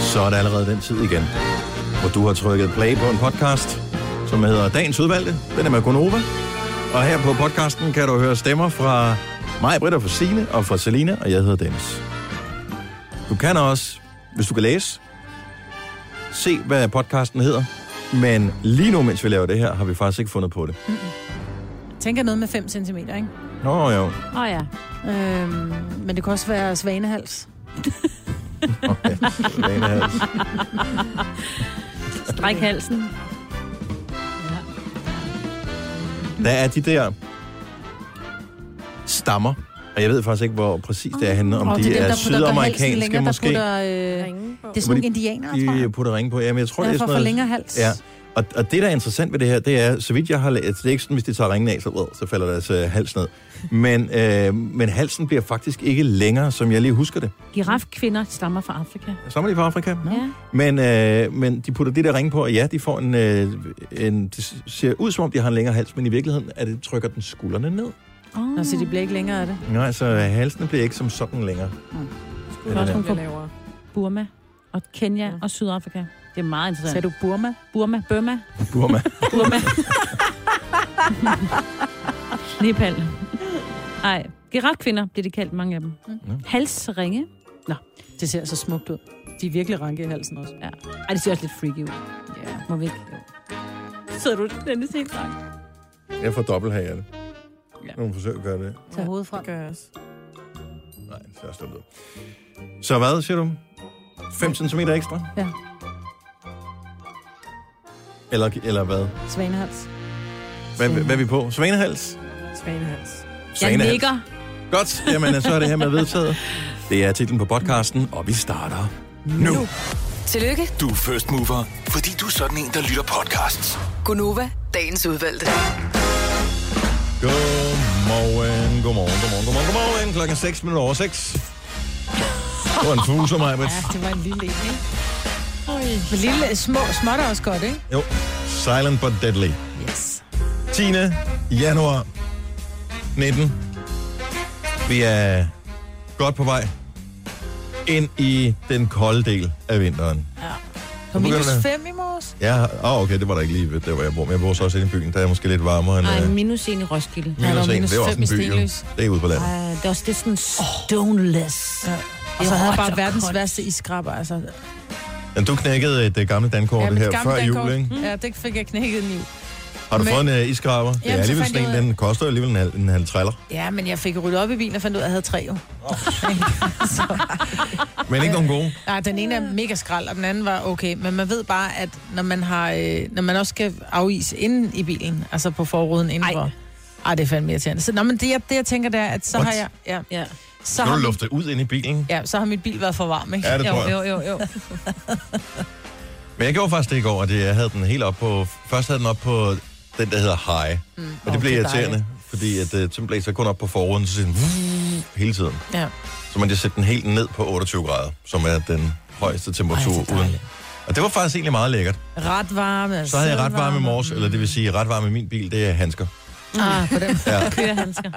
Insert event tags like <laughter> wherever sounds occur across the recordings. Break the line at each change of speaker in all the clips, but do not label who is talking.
så er det allerede den tid igen, hvor du har trykket play på en podcast, som hedder Dagens Udvalgte. Den er med Gonova. Og her på podcasten kan du høre stemmer fra mig, Britt, og fra Signe, og fra Selina, og jeg hedder Dennis. Du kan også, hvis du kan læse, se, hvad podcasten hedder. Men lige nu, mens vi laver det her, har vi faktisk ikke fundet på det.
Tænker noget med 5 cm, ikke?
Nå jo,
Åh oh, ja.
Øhm, men det kan også
<laughs>
være svanehals.
okay. Svanehals.
Stræk halsen.
Der er de der stammer, og jeg ved faktisk ikke, hvor præcis det er henne, om
Og
de,
det dem,
er
der putter- der er halsen
sydamerikanske
længere, der
måske.
Putter, øh,
Ringe på.
det er sådan nogle
de-
indianere, tror
de
jeg.
putter ringe på. Ja, men jeg tror, det er
Derfor
sådan
for
noget...
længere hals.
Ja, og, og det, der er interessant ved det her, det er, så vidt jeg har læst, det er ikke sådan, hvis de tager ringen af, så, øh, så falder deres øh, hals ned. Men, øh, men halsen bliver faktisk ikke længere, som jeg lige husker det.
Girafkvinder stammer fra Afrika.
Så er de fra Afrika.
Nå. Ja.
Men, øh, men de putter det der ringe på, og ja, de får en, øh, en... Det ser ud, som om de har en længere hals, men i virkeligheden er det, trykker den skuldrene ned.
Oh.
Nå, så de bliver ikke længere af det.
Nej, så halsene bliver ikke som sådan længere.
Mm.
Skulle
Ja,
også
det er
blive lavere.
Burma og Kenya
Ja.
og Sydafrika. Det er meget
Sagde
interessant.
du Burma?
Burma, Burma,
Burma.
Burma. Nepal. Nej, giraffkvinder bliver de kaldt, mange af dem.
Nå.
Mm. Halsringe.
Det ser så smukt ud. De er virkelig ranke i halsen også.
Ej, det ser også lidt freaky ud.
Ja.
Må vi ikke? Sidder du den er helt langt?
Jeg får dobbelt her, det.
Ja.
Nogle forsøg at gøre det.
Tag hovedet frem.
Det gør jeg også.
Nej, så er jeg stoppet. Så hvad, siger du? 5 cm ekstra?
Ja.
Eller, eller hvad?
Svanehals.
Hvad, hvad, hvad er vi på? Svanehals?
Svanehals.
Jeg
Svanehals.
nikker.
Godt, jamen så er det her med vedtaget. Det er titlen på podcasten, og vi starter nu. nu.
Tillykke,
Du er first mover, fordi du er sådan en, der lytter podcasts.
Gunova, dagens udvalgte.
Godmorgen, godmorgen, godmorgen, godmorgen, godmorgen. Klokken 6 minutter over 6. Det var en fuser, mig,
Ja, det var en lille en, ikke? Men lille, små, småt er også godt, ikke?
Jo, silent but deadly.
Yes.
10. januar 19. Vi er godt på vej ind i den kolde del af vinteren.
På
begynder
minus
det.
5 i morges.
Ja, oh, okay, det var der ikke lige ved, der hvor jeg bor, men jeg bor så også inde i byen. Der er måske lidt varmere end
Ej,
øh,
minus en i Roskilde.
der var
minus en.
minus
Det er også
fem
en
i
by, jo.
Stenløs.
Det er ude på landet.
Ej, det er også det er sådan stoneless. Ja.
Og så havde jeg bare verdens værste iskrabber, altså.
Men du knækkede et øh, gammelt dankort
mit
her
gamle
før
dankort.
jul, ikke?
Ja, det fik jeg knækket nu.
Har du
Men-
fået en øh, iskraber? Det er
så
alligevel
fandt
sådan
jeg
en,
ud af-
den koster alligevel en halv, en halv træller.
Ja, men jeg fik ryddet op i bilen og fandt ud af, at jeg havde tre jo. <laughs>
Men ikke nogen gode.
Nej, Ah, den ene er mega skrald, og den anden var okay. Men man ved bare, at når man, har, øh, når man også skal afise inden i bilen, altså på forruden indenfor. Ej. Ej, det er fandme irriterende. Så, nå, men det, jeg, det, jeg tænker, det er, at så
What?
har jeg... Ja,
Ja.
så
Nu
har,
er du
mit,
luftet ud ind i bilen.
ja, så har mit bil været for varm, ikke?
Ja, det
Jo,
tror jeg.
jo, jo, jo.
<laughs> Men jeg gjorde faktisk det i går, at jeg havde den helt op på... Først havde den op på den, der hedder high. Mm. Og det
Åh,
blev
det er
irriterende, fordi at, uh, den blev så kun op på forruden, så siger den "Vuh" hele tiden.
Ja.
Så man kan sætte den helt ned på 28 grader, som er den højeste temperatur
Ej, det er
uden.
dejligt.
Og det var faktisk egentlig meget lækkert.
Ret altså. varme.
Så havde jeg ret varme i morges, eller det vil sige, ret varme i min bil, det er handsker.
Mm.
Ah, på
<laughs>
den.
Ja.
Kørehandsker.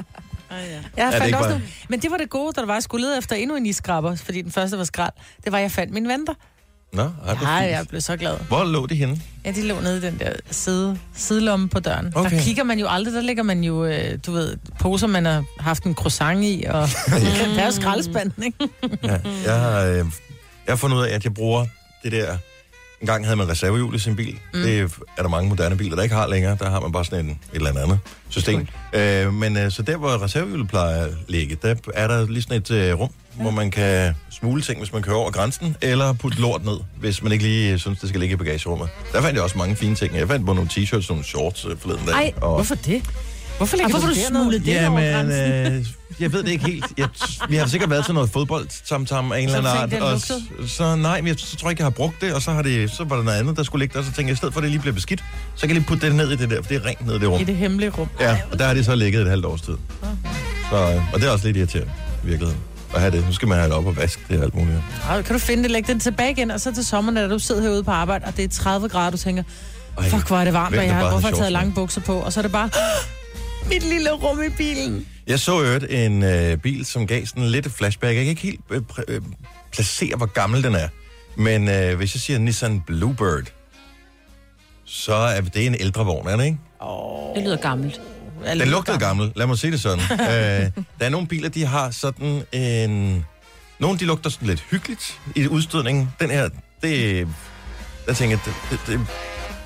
Ej, ja.
Jeg
det
fandt
ikke bare-
også nogle, men det var det gode, da der var, at jeg skulle lede efter endnu en iskrabber, fordi den første var skrald. Det var, at jeg fandt min venter.
Nå, ej, det
Nej,
er
jeg
fint.
blev så glad.
Hvor lå det henne?
Ja, de lå nede i den der side, sidelomme på døren. Okay.
Okay.
Der kigger man jo aldrig, der ligger man jo, øh, du ved, poser, man har haft en croissant i,
<laughs>
og <laughs> der er jo skraldespanden, ikke?
Ja, jeg, har, øh, jeg har fundet ud af, at jeg bruger det der... En gang havde man reservehjul i sin bil. Mm. Det er der mange moderne biler, der ikke har længere. Der har man bare sådan en, et eller andet andet system. Øh, men øh, så der, hvor reservehjulet plejer at ligge, der er der lige sådan et øh, rum, ja. hvor man kan smule ting, hvis man kører over grænsen, eller putte lort ned, hvis man ikke lige øh, synes, det skal ligge i bagagerummet. Der fandt jeg også mange fine ting. Jeg fandt både nogle t-shirts og nogle shorts øh, forleden dag.
Ej,
og,
Hvorfor det? Hvorfor ligger
Hvorfor har du
dernede?
smuglet det
Ja,
over
men
grænsen?
øh, jeg ved det ikke helt. Jeg, vi har sikkert været til noget fodbold samtam af en eller
Så
anden
tænkte
art.
jeg,
Og,
den
s- så nej, men jeg så tror jeg ikke, jeg har brugt det, og så, har det, så var der noget andet, der skulle ligge der, og så tænkte jeg, i stedet for at det lige bliver beskidt, så kan jeg lige putte det ned i det der, for det er rent ned i det rum.
<laughs> I det hemmelige rum.
Ja, og der har det så ligget et halvt års tid. Så, øh, og det er også lidt irriterende, i virkeligheden, at have det. Nu skal man have det op og vaske det og alt muligt.
Og kan du finde det, lægge den tilbage igen, og så til sommeren, da du sidder herude på arbejde, og det er 30 grader, du tænker,
Ej,
fuck, hvor er det varmt,
hvem
og
der
jeg
bare
har,
har
hvorfor har jeg taget
shorts med?
lange bukser på, og så er det bare, mit lille rum i bilen.
Jeg så i øvrigt en øh, bil, som gav sådan lidt et flashback. Jeg kan ikke helt øh, pr- øh, placere, hvor gammel den er. Men øh, hvis jeg siger Nissan Bluebird, så er det en ældre vogn, er det ikke?
Det lyder gammelt.
Den lugtede gammel, lad mig sige det
<laughs>
sådan. øh, der er nogle biler, de har sådan en... Nogle, de lugter sådan lidt hyggeligt i udstødningen. Den her, det... Jeg tænker, det, det, det,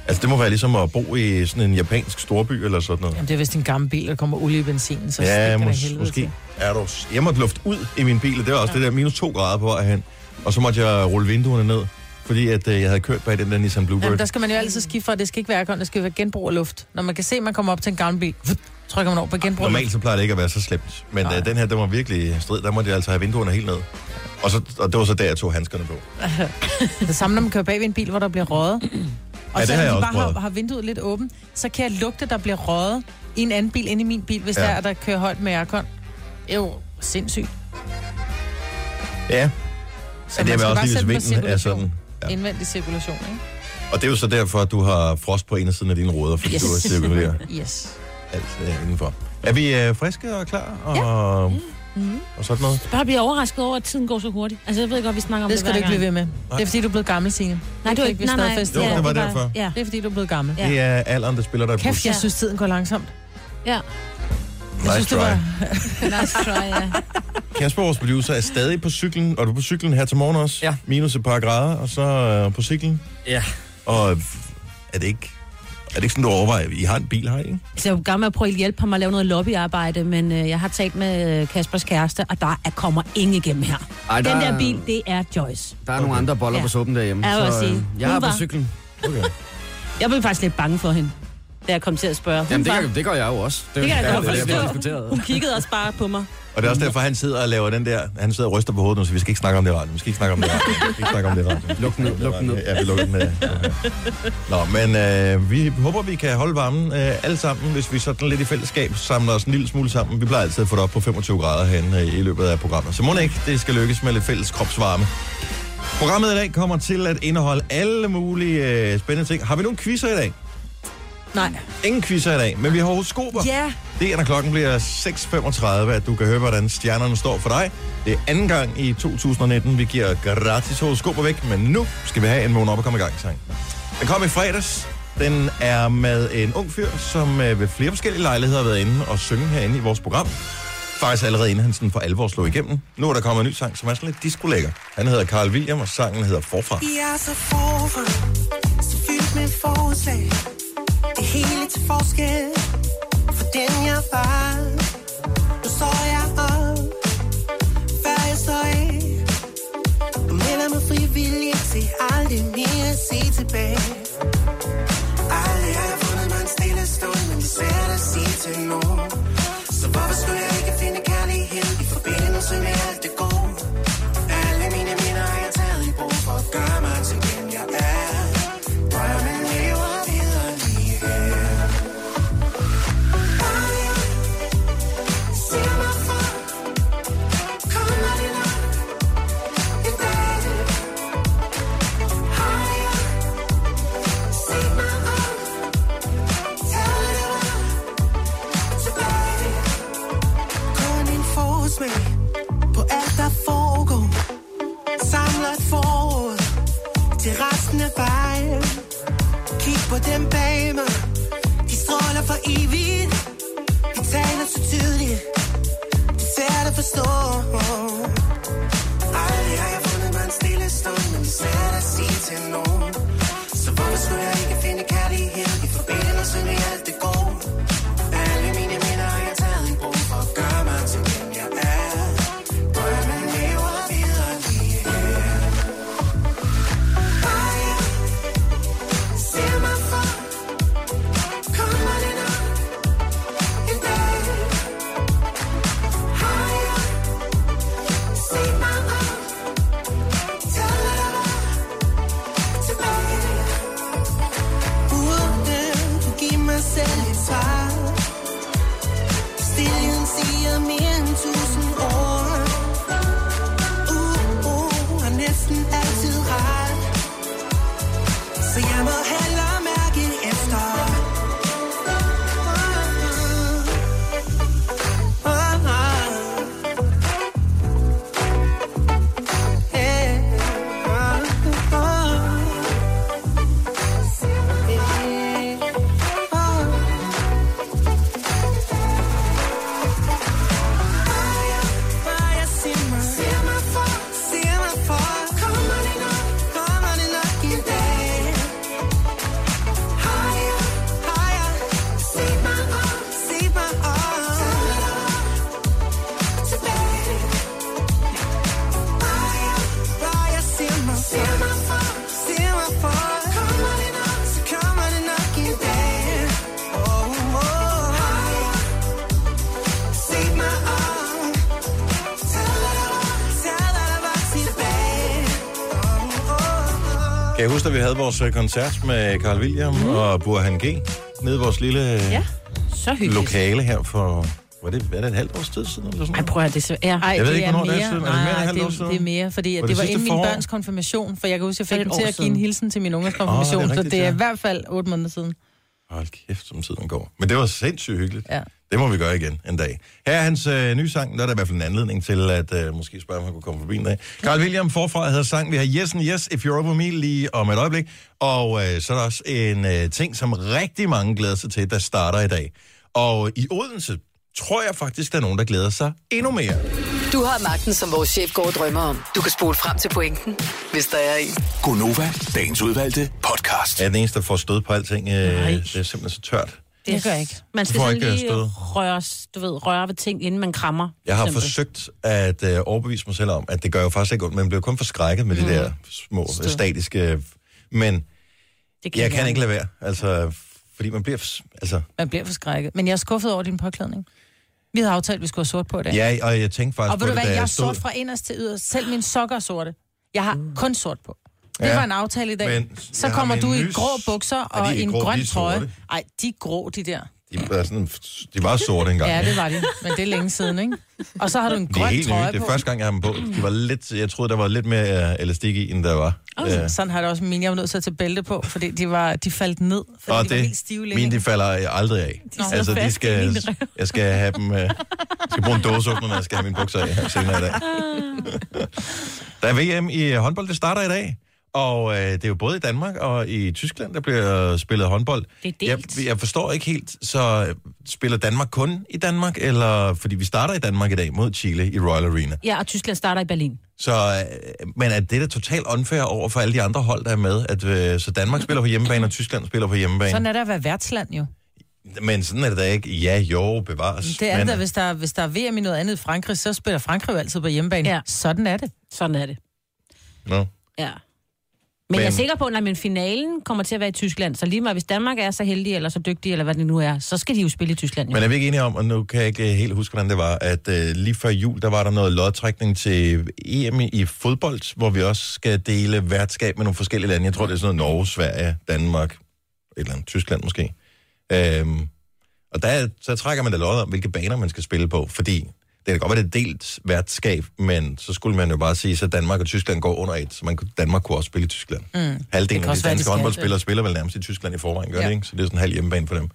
altså det må være ligesom at bo i sådan en japansk storby eller sådan noget.
Jamen, det er vist en gammel bil, der kommer olie i benzinen, så
Ja,
ja, mås-
mås-
helvede
måske
Til.
er du... Jeg måtte lufte ud i min bil, og det var også ja. det der minus to grader på vej hen. Og så måtte jeg rulle vinduerne ned, fordi at, øh, jeg havde kørt bag den der Nissan Bluebird.
Jamen, der skal man jo altid skifte for, at det skal ikke være aircon, det skal være genbrug af luft. Når man kan se, at man kommer op til en gammel bil, vut, trykker man over på genbrug af luft.
Ah, Normalt så plejer det ikke at være så slemt, men øh, den her, den var virkelig strid. Der måtte jeg altså have vinduerne helt ned. Og, så, og det var så der, jeg tog handskerne på.
<laughs> Det samme, når man kører bag ved en bil, hvor der bliver røget. Og
Ja, det
så
har jeg
de
også
bare har,
prøvet.
har vinduet lidt åbent, så kan jeg lugte, der bliver røget i en anden bil end i min bil, hvis
Ja.
ja. der er, der kører højt med aircon. Jo, sindssygt.
Ja,
Så
så det
man
er
skal
også
bare
lige,
sætte
hvis
den på
vinden er
cirkulation.
sådan. Ja.
Indvendig cirkulation, ikke?
Og det er jo så derfor, at du har frost på indersiden af dine ruder, fordi yes.
Yes.
du cirkulerer
<laughs> Yes.
alt øh, indenfor. Er vi øh, friske og klar og, ja. og sådan noget?
Bare bliver overrasket over, at tiden går så hurtigt. Altså, jeg ved godt, vi snakker om
Det
det,
skal du
hver
ikke blive
gang.
ved med. Det er fordi, du er blevet gammel, Signe.
Nej, du er
fik
ikke.
vi
Nej, nej.
stadfæstet.
Jo,
Ja,
det var
bare-
derfor.
Ja.
Det er fordi, du er blevet gammel.
Ja.
Ja. Det er alderen, der spiller dig et
Kæft,
puds.
jeg
Ja.
synes, tiden går langsomt.
ja.
Nice
synes, det var-
Nice try, ja.
Kasper, vores producer, er stadig på cyklen, og du er på cyklen her til morgen også.
Ja.
Minus et par grader, og så øh, på cyklen.
Ja.
Og f- er det ikke, er det ikke sådan, du overvejer, I har en bil her, ikke?
Så jeg er jo gammel at prøve at hjælpe ham med at lave noget lobbyarbejde, men øh, jeg har talt med øh, Kaspers kæreste, og der er, kommer ingen igennem her.
Ej, der,
Den
er-
der bil, det er Joyce.
Der er nogle andre boller
Ja.
på suppen derhjemme. øh,
Jeg vil også sige,
jeg
hun
er på
var-
cyklen.
Okay.
<laughs> Jeg blev faktisk lidt bange for hende, da jeg kom til at spørge. Hun
Jamen, det,
var-
gør, det gør jeg jo også.
det kan jeg
ja,
godt
det er det, vi har
forstå. Hun
diskuteret.
kiggede også bare på mig.
Og det er også derfor, han sidder og laver den der... Han sidder og ryster på hovedet nu, så vi skal ikke snakke om det i radioen. Vi skal ikke snakke om det i radioen. Vi skal ikke snakke om det i radioen.
Luk den ud, luk den ud.
Ja, vi lukker den ned. Okay. Nå, men øh, vi håber, vi kan holde varmen øh, alle sammen, hvis vi sådan lidt i fællesskab samler os en lille smule sammen. Vi plejer altid at få det op på 25 grader herinde øh, i løbet af programmet. Så må det ikke, det skal lykkes med lidt fælles kropsvarme. Programmet i dag kommer til at indeholde alle mulige øh, spændende ting. Har vi nogle quizzer i dag?
Nej.
Ingen quizzer i dag, men vi har horoskoper.
Ja.
Det er, når klokken bliver 6.35, at du kan høre, hvordan stjernerne står for dig. Det er anden gang i 2019, vi giver gratis horoskoper væk, men nu skal vi have en vågen op og komme i gang sang. Den kom i fredags. Den er med en ung fyr, som øh, ved flere forskellige lejligheder har været inde og synge herinde i vores program. Faktisk allerede inden han sådan for alvor slog igennem. Nu er der kommet en ny sang, som er sådan lidt disco-lækker. Han hedder Carl William, og sangen hedder Forfra.
Jeg er så forfra, så fyldt med forslag. Det hele til forskel for den jeg var. Nu står jeg op, før jeg står af. Og melder mig frivillig til aldrig mere at se tilbage. Aldrig har jeg fundet mig en stille stund, men det er svært at sige til nogen. Så hvorfor skulle jeg ikke finde kærlighed i forbindelse med alt det gode? Alle mine minder har jeg taget i brug for at gøre mig til den jeg er. Drømmen lever videre lige her. Bare jeg ser mig for, kommer det nok en dag. Har jeg set mig om, taget det var tilbage. Kun en forsmag på alt, der foregår. Samler et forråd til resten af vejen. Kig på dem bag mig, de stråler for evigt. Vi taler så tydeligt, det er svært at forstå. Aldrig har jeg fundet mig en stille stund, men det er svært at sige til nogen. Så hvorfor skulle jeg ikke finde kærlighed i forbindelse med alt det gode? Alle mine minder har jeg taget i brug for at gøre mig til den jeg er. Drømmen lever videre lige her. Bare jeg ser mig for, kommer det nok Oh,
Kan I huske, at vi havde vores øh, koncert med Carl William mm. og Burhan G. Nede i vores lille ja.
Mhm. Ja, så hyggeligt.
lokale her for... Var det, hvad er det et halvt års tid siden? Eller sådan
Ej, prøv at høre, det er så... Ja.
Ej,
Jeg ved
det
ikke,
er
hvornår
mere.
det er siden. Er det mere end et
Nej,
halvt år
det,
siden?
det er mere, fordi
Var det
det, det var
sidste
inden min
forår?
børns konfirmation, for jeg kan huske, at jeg
Er
fik dem
det
til
et år
at give en
siden?
hilsen til min ungers konfirmation, så
rigtigt,
det er
ja.
i hvert fald otte måneder siden.
Hold kæft, som tiden går. Men det var sindssygt hyggeligt.
Ja.
Det må vi gøre igen en dag. Her er hans øh, nye sang. Der er der i hvert fald en anledning til, at øh, måske spørge, om han kunne komme forbi en dag. Carl William forfra havde sang. Vi har Yes and Yes, If You're Over Me lige om et øjeblik. Og øh, så er der også en øh, ting, som rigtig mange glæder sig til, der starter i dag. Og i Odense tror jeg faktisk, der er nogen, der glæder sig endnu mere.
Du har magten, som vores chef går og drømmer om. Du kan spole frem til pointen, hvis der er en.
Gonova, dagens udvalgte podcast.
Jeg er den eneste, der får stød på alting. Øh,
Nej.
det er simpelthen så tørt.
Det gør jeg ikke.
Man
Du
skal
får
sådan
ikke
lige
afsted.
røre, du ved, røre ved ting, inden man krammer.
Jeg har
Simpel.
forsøgt at øh, overbevise mig selv om, at det gør jo faktisk ikke ondt, men jeg blev kun forskrækket med mm. de der små Stød. statiske... øh, Men
Det
jeg kan ikke lade være, altså, fordi man bliver... fs- Altså,
Man bliver forskrækket. Men jeg er skuffet over din påklædning. Vi havde aftalt, at vi skulle have sort på i dag.
ja, og jeg tænkte faktisk
og ved
på det,
du hvad,
da
jeg er
jeg stod... Mm.
sort fra inderst til yderst. Selv mine sokker er sorte. Jeg har kun sort på. Det
Ja.
var en aftale i dag.
Men
Men, så
jeg har
kommer
min
du i
lys-
grå bukser
Er de
og
ikke
en
grå, de
grøn
er
trøje.
sorte?
Ej, de er grå, de der.
De, var sådan, de var sorte engang.
Ja, det var de. Men det er længe siden, ikke? Og så har du en
det er
grøn
helt nye.
trøje
Det er
på.
første gang, jeg har dem på. De var lidt, jeg troede, der var lidt mere øh, elastik i, end der var. Øh,
Ja. Sådan har det også mine. Jeg var nødt til at tage bælte på, fordi de, var, de faldt ned, fordi
og
de var helt stive længe.
mine, de falder øh, aldrig af. De
sidder
altså, de
fast i
skal,
mine røv.
jeg skal have dem, øh, jeg skal bruge en dåseåbner, når jeg skal have mine bukser af her senere i dag.
Ah.
der er VM i håndbold, det starter i dag. Og øh, det er jo både i Danmark og i Tyskland, der bliver spillet håndbold.
Det er
jeg,
delt.
jeg forstår ikke helt, så øh, spiller Danmark kun i Danmark, eller fordi vi starter i Danmark i dag mod Chile i Royal Arena.
Ja, og Tyskland starter i Berlin.
Så, øh, men er det da totalt unfair over for alle de andre hold, der er med, at øh, så Danmark spiller på hjemmebane, og Tyskland spiller på hjemmebane?
Sådan er der at være værtsland jo.
Men sådan er det da ikke. Ja, jo, bevares.
Det er
men,
det, da, hvis der, hvis der er VM i noget andet i Frankrig, så spiller Frankrig jo altid på hjemmebane.
Ja.
Ja. Sådan er det.
Sådan er det.
no.
Ja. Men, jeg er
Men-
sikker på, at finalen kommer til at være i Tyskland, så lige meget hvis Danmark er så heldig, eller så dygtig, eller hvad det nu er, så skal de jo spille i Tyskland. Jo.
Men er vi ikke enige om, og nu kan jeg ikke øh, helt huske, hvordan det var, at øh, lige før jul, der var der noget lodtrækning til EM i fodbold, hvor vi også skal dele værtskab med nogle forskellige lande. Jeg tror, det er sådan noget Norge, Sverige, Danmark, et eller andet, Tyskland måske. Øhm, og der, så trækker man da lod om, hvilke baner man skal spille på, fordi det kan da godt være, det er delt værtskab, men så skulle man jo bare sige, så Danmark og Tyskland går under et, så man, kunne- Danmark kunne også spille i Tyskland. Mm. Halvdelen
kan
af de
også være, de
danske
skal.
håndboldspillere spiller vel nærmest i Tyskland i forvejen, gør ja.
Ja.
det ikke? Så det er sådan en halv hjemmebane for dem.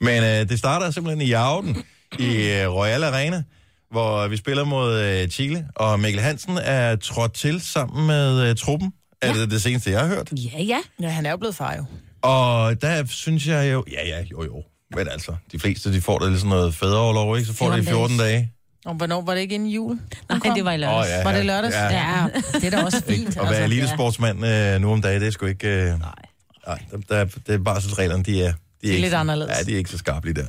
Men øh, det starter simpelthen i Jauden i øh, Royal Arena, hvor vi spiller mod øh, Chile, og Mikkel Hansen er trådt til sammen med øh, truppen. Er det det seneste, jeg har hørt?
Ja, ja.
Ja, han er jo blevet far jo.
Og der synes jeg jo, ja ja, jo jo, men altså, de fleste de får da lidt sådan noget fædreoverlov, ikke? Så får de
14
i 14 dage.
Og hvornår var det ikke inden jul?
Nej, det var i lørdags.
Åh, ja,
Var det lørdags?
Ja.
ja. det er da også fint. altså.
At være elitesportsmand øh, nu om dagen, det er sgu ikke... Øh, nej. Nej, der, der, det er barselsreglerne, de er... De er ikke
lidt
sådan-
anderledes.
Ja, de er ikke så skarpe lige der.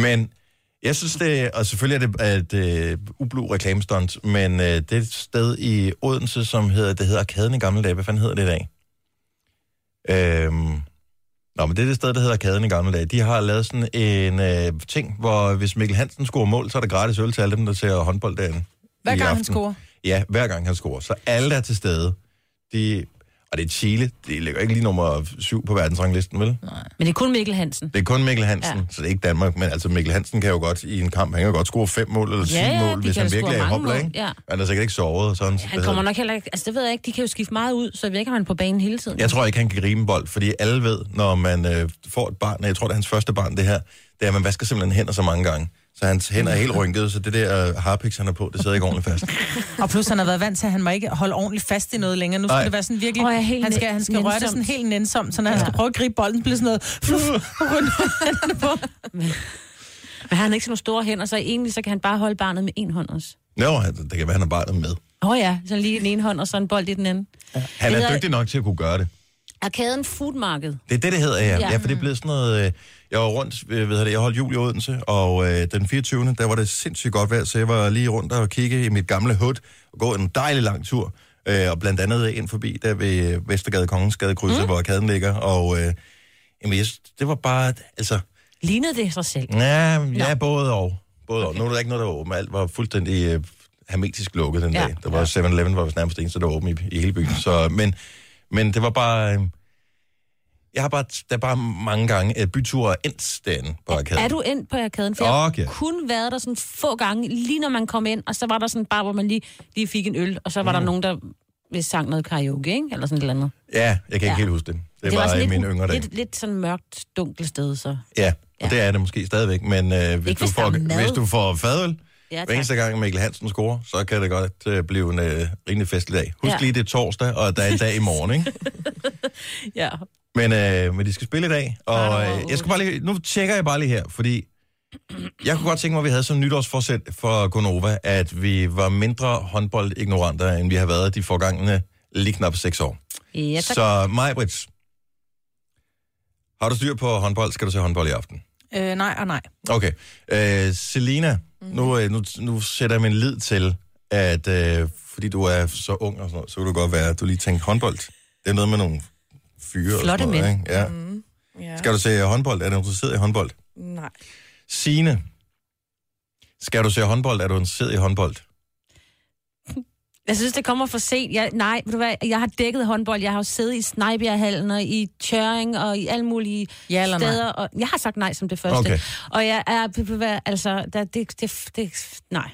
Men jeg synes det, og selvfølgelig er det et øh, ublu reklamestunt, men øh, det er et sted i Odense, som hedder, det hedder Arkaden i gamle dage. Hvad fanden hedder det i dag? Øhm, Nå, men det er det sted, der hedder Arkaden i gamle dage. De har lavet sådan en øh, ting, hvor hvis Mikkel Hansen scorer mål, så er der gratis øl til alle dem, der ser håndbold derinde.
Hver
i
gang han
aften.
scorer.
Ja, hver gang han scorer. Så alle, der er til stede, de, og det er Chile, det ligger ikke lige nummer syv på verdensranglisten, vel? Nej.
Men det er kun Mikkel Hansen.
Det er kun Mikkel Hansen, ja. så det er ikke Danmark, men altså Mikkel Hansen kan jo godt i en kamp, han kan jo godt score fem mål eller syv
Ja, ja,
mål,
de
hvis
kan
han
da
virkelig
score
er i
mange
hopla,
mål,
ikke?
ja.
Han er sikkert ikke sovet og sådan. så
Han
det
kommer
hedder-
nok heller ikke... Altså, det ved jeg ikke. De kan jo skifte meget ud, så virker han på banen hele tiden.
Jeg tror ikke, han kan gribe en bold, fordi alle ved, når man øh, får et barn, og jeg tror, det er hans første barn, det her, det er, at man vasker simpelthen hænder så mange gange. Så hans hænder er helt rynkede, så det der øh, harpiks, han er på, det sidder ikke ordentligt
<laughs>
fast.
Og plus, han har været vant til, at han må ikke holde ordentligt fast i noget længere. Nu skal
Nej.
det være sådan virkelig...
Åh,
Oh,
ja, helt
han skal, han skal røre det sådan
nænsomt.
helt nænsomt, så når han skal prøve at gribe bolden, bliver sådan noget...
<laughs>
Fluff, rundt om hænderne på.
Men han har ikke sådan nogle store hænder, så egentlig så kan han bare holde barnet med en hånd også.
Nå, han- det kan være, han har barnet med.
Åh oh ja, så lige den ene hånd, og så en bold i den anden.
Han
Det
er
hedder-
dygtig nok til at kunne gøre det.
Arkaden Food Market.
Det er det, det hedder, ja. ja.
Ja.
ja for det blev sådan noget... Øh, jeg var rundt, øh, ved det, jeg holdt jul i Odense, og øh, den 24. der var det sindssygt godt vejr, så jeg var lige rundt og kigge i mit gamle hood og gå en dejlig lang tur. Øh, og blandt andet ind forbi der ved øh, Vestergade Kongensgade krydset, mm. hvor arkaden ligger. Og øh, jamen, jeg, synes, det var bare... Altså,
Lignede det sig selv?
ja, ja både og. Både okay. og. Nu er der ikke noget, der var åbent. Alt var fuldstændig øh, hermetisk lukket den
Ja.
dag. Der var 7-Eleven, var vist nærmest det eneste, der var åbent i, i hele byen. Så, men, Men det var bare... Øh, jeg har bare, der er bare mange gange, at byture er endt derinde på arkaden.
Er du ind på arkaden? For
Okay.
jeg har kun været der sådan få gange, lige når man kom ind, og så var der sådan bare, hvor man lige, lige fik en øl, og så var mm. der nogen, der vist sang noget karaoke, ikke? Eller sådan et eller andet.
Ja, jeg kan ikke ja.
Ja.
helt huske det. Det,
var
var,
sådan
i
lidt,
mine yngre dage.
lidt, lidt sådan mørkt, dunkelt sted, så.
Ja, og
Ja.
det er det måske stadigvæk, men øh, hvis,
Ikke
du
hvis der
får,
er mad.
hvis du får fadøl,
Ja,
hver eneste gang Mikkel Hansen scorer, så kan det godt øh, blive en øh, rimelig festlig dag. Husk ja.
Ja.
lige, det er torsdag, og der er en dag i morgen, ikke?
Ja.
Men, øh, men de skal spille i dag, og
Kvart over
øh, jeg skal
otte.
bare lige, nu tjekker jeg bare lige her, fordi jeg kunne godt tænke mig, at vi havde som nytårsforsæt for Gonova, at vi var mindre håndboldignoranter, end vi har været de forgangne lige knap seks år.
Ja, tak.
så Majbrits, har du styr på håndbold, skal du se håndbold i aften.
Øh, nej og nej.
Okay. Øh, Selina, mm.
Mhm.
nu, øh, nu, nu sætter jeg min lid til, at øh, fordi du er så ung og sådan noget, så kan du godt være, at du lige tænkte håndbold. Det er noget med nogle fyre og
Flotte
sådan noget, ikke? Ja. Mm.
Ja.
Skal du se håndbold? Er du interesseret i håndbold?
Nej.
Sine, skal du se håndbold? Er du interesseret i håndbold?
Jeg synes, det kommer for sent. Jeg, nej, ved du hvad, jeg har dækket håndbold. Jeg har jo siddet i Snejbjerghallen og i Tjøring og i alle mulige
Ja eller nej?
steder. Og jeg har sagt nej som det første.
Okay.
Og jeg er... ved du hvad, Altså, der, det, det, det, nej.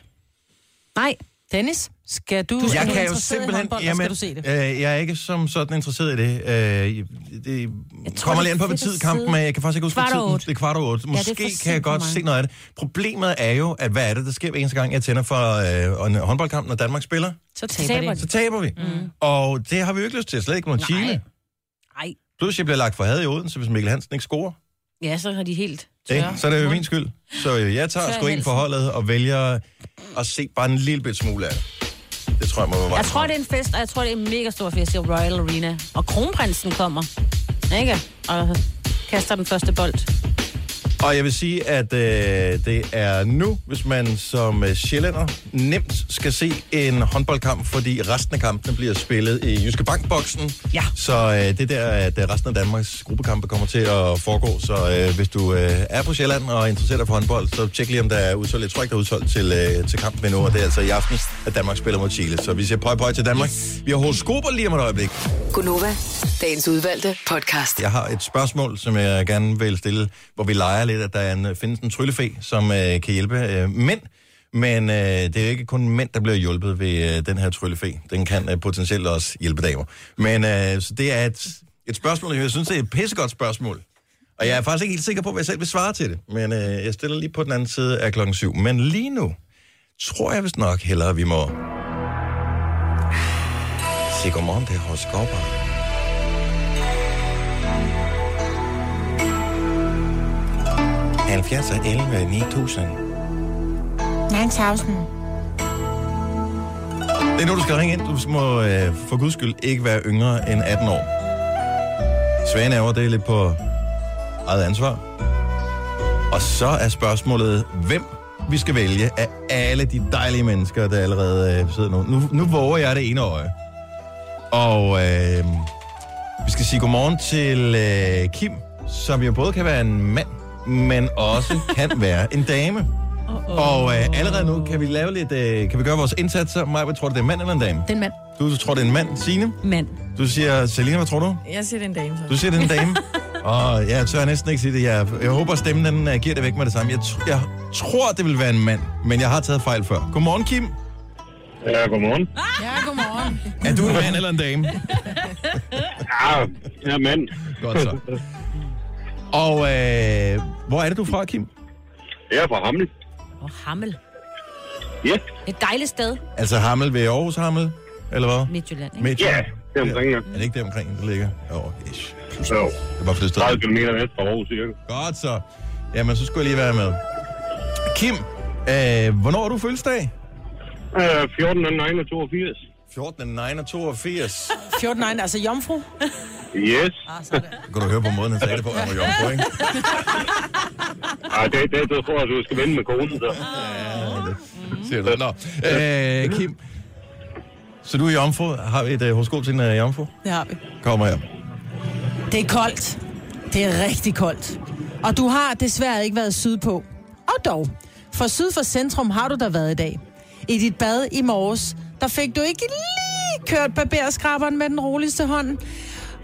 Nej,
Dennis, skal du... er du interesseret i håndbold, og skal du se det?
Øh, jeg er ikke som sådan interesseret i det. Øh, det det
tror,
kommer
det
lige
er
an på, hvad
fedt at
tid kampen er. Jeg kan faktisk ikke huske, hvad
Kvart over
tiden.
otte.
Det er kvart over otte.
det er
Måske
for
kan jeg
sent for
godt
mig.
se noget af det. Problemet er jo, at hvad er det, der sker hver eneste gang, jeg tænder for øh, en håndboldkamp, når Danmark spiller?
så
taber
taber
Så
det.
taber vi. Mm. Og det har vi jo ikke lyst til. Slet ikke mod
Nej.
Chile.
Nej.
Pludselig bliver lagt for had i Odense, hvis Mikkel Hansen ikke scorer.
Ja, så har de helt
Ikke?
tørre.
Så er det jo min skyld. Så øh, jeg tager
Tør
sgu ind
halsen.
for holdet og vælger at se bare en lille bit smule af det. Det tror jeg må være vejen
Jeg tror,
frem.
det er en fest, og jeg tror, det er en mega stor fest i Royal Arena. Og kronprinsen kommer, ikke? Og kaster den første bold.
Og jeg vil sige, at øh, det er nu, hvis man som øh, sjællænder nemt skal se en håndboldkamp, fordi resten af kampene bliver spillet i Jyske Bankboksen.
Ja.
Så øh, det er der, at øh, resten af Danmarks gruppekampe kommer til at foregå. Så øh, hvis du øh, er på Sjælland og er interesseret dig for håndbold, så tjek lige, om der er udsolgt. Jeg tror ikke, der er udsolgt til, øh, til kampen endnu, og det er altså i aften, at Danmark spiller mod Chile. Så vi siger pøj pøj til Danmark. Vi har horoskoper lige om et øjeblik.
Gunova, dagens udvalgte podcast.
Jeg har et spørgsmål, som jeg gerne vil stille, hvor vi leger lidt, at der er en, findes en tryllefe, som øh, kan hjælpe øh, mænd. Men øh, det er jo ikke kun mænd, der bliver hjulpet ved øh, den her tryllefe. Den kan øh, potentielt også hjælpe damer. Men øh, så det er et, et spørgsmål, jeg synes, det er et pissegodt spørgsmål. Og jeg er faktisk ikke helt sikker på, hvad jeg selv vil svare til det. Men øh, jeg stiller lige på den anden side af klokken syv. Men lige nu tror jeg vist nok hellere, at vi må... Sige godmorgen, det er horoskoper. Halvfjerds og 11 9000.
9000.
Det er nu, du skal ringe ind. Du må øh, for guds skyld ikke være yngre end 18 år. Svane er over, det er lidt på eget ansvar. Og så er spørgsmålet, hvem vi skal vælge af alle de dejlige mennesker, der allerede øh, sidder nu. nu. Nu våger jeg det ene øje. Og øh, vi skal sige godmorgen til øh, Kim, som jo både kan være en mand, men også kan være en dame. Og øh, allerede nu kan vi lave lidt, øh, kan vi gøre vores indsatser. Maja, hvad tror du, det er en mand eller en dame?
Det er en mand.
Du tror, det er en mand, Signe.
Mand.
Du siger, Selina, hvad tror du?
Jeg siger, det er en dame, så.
Du siger, det er en dame. Og jeg tør næsten ikke sige det. Jeg, jeg håber, stemmen den, uh, giver det væk med det samme. Jeg, tr- jeg tror, det vil være en mand, men jeg har taget fejl før. Godmorgen, Kim.
Ja, godmorgen.
Ja, godmorgen. <laughs>
Er du en mand eller en dame?
Ja, jeg er mand.
Godt så. Og øh, hvor er det, du er fra, Kim?
Jeg er fra Hamle.
Og Hammel.
Ja,
Et dejligt sted,
Altså Hammel ved Aarhus Hammel, eller hvad?
Midtjylland, ikke?
ja,
Midtjylland.
det er omkring. Ja.
Er det ikke der omkring, det ligger? Jo, oh, ish.
Jo,
Jeg bare flyttede
30 km vest fra Aarhus, cirka.
Godt så. Jamen, så skulle jeg lige være med. Kim, øh, hvornår er du fødselsdag?
Øh, 14, 9 og 82.
14. 9. 82.
14 9, altså jomfru.
Yes.
Det kunne du høre på måden, han sagde det på. Han var jomfru, ikke?
<laughs> Ah, det, det, det tror jeg, du skal vende med konen,
Ah.
så.
Mm.
Siger du. Nå. Øh, Kim, så du er jomfru. Har vi et øh, horoskop til en øh, jomfru?
Det har vi.
Kommer her.
Det er koldt. Det er rigtig koldt. Og du har desværre ikke været sydpå. Og dog, for syd for centrum har du der været i dag. I dit bad i morges, der fik du ikke lige kørt barberskraberen med den roligste hånd.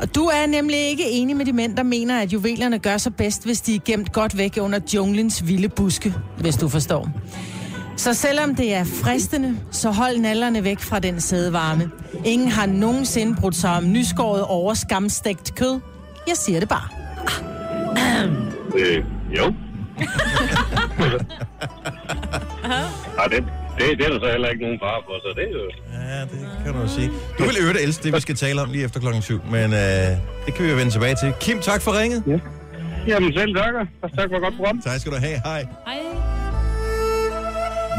Og du er nemlig ikke enig med de mænd, der mener, at juvelerne gør sig bedst, hvis de er gemt godt væk under junglens vilde buske, hvis du forstår. Så selvom det er fristende, så hold nallerne væk fra den sædevarme. Ingen har nogensinde brudt sig om nyskåret over skamstegt kød. Jeg siger det bare.
Øh,
<laughs>
jo. Ej, det, det, det er der så heller ikke nogen far for, så det er jo...
Ja, det kan du jo sige. Du vil øve det ældste, det vi skal tale om lige efter klokken 7, men øh, det kan vi jo vende tilbage til. Kim, tak for ringet. Ja.
Jamen selv takker. Og tak for godt program.
Tak skal du have. Hej.
Hej.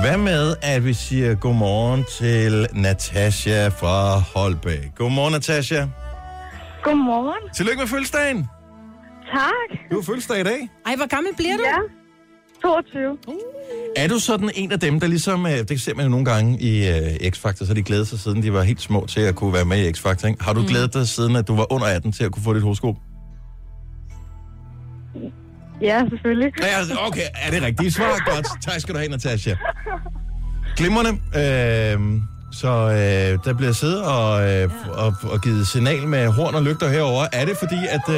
Hvad med, at vi siger godmorgen til Natasha fra Holbæk. Godmorgen, Natasha.
Godmorgen.
Tillykke med fødselsdagen.
Tak.
Du har fødselsdag i dag.
Ej, hvor gammel bliver du? Uh.
Ja. 22.
Er du sådan en af dem, der ligesom, øh, det ser man jo nogle gange i øh, X-Factor, så de glæder sig siden de var helt små til at kunne være med i X-Factor, ikke? Har du mm. glædet dig siden, at du var under 18 til at kunne få dit horoskop?
Ja, selvfølgelig.
Ja, altså, okay, er det rigtigt svar? Godt. Tak skal du have, Natasha. Glimrende. Øh, så øh, der bliver siddet og, øh, og, og givet signal med horn og lygter herover. Er det fordi, at øh,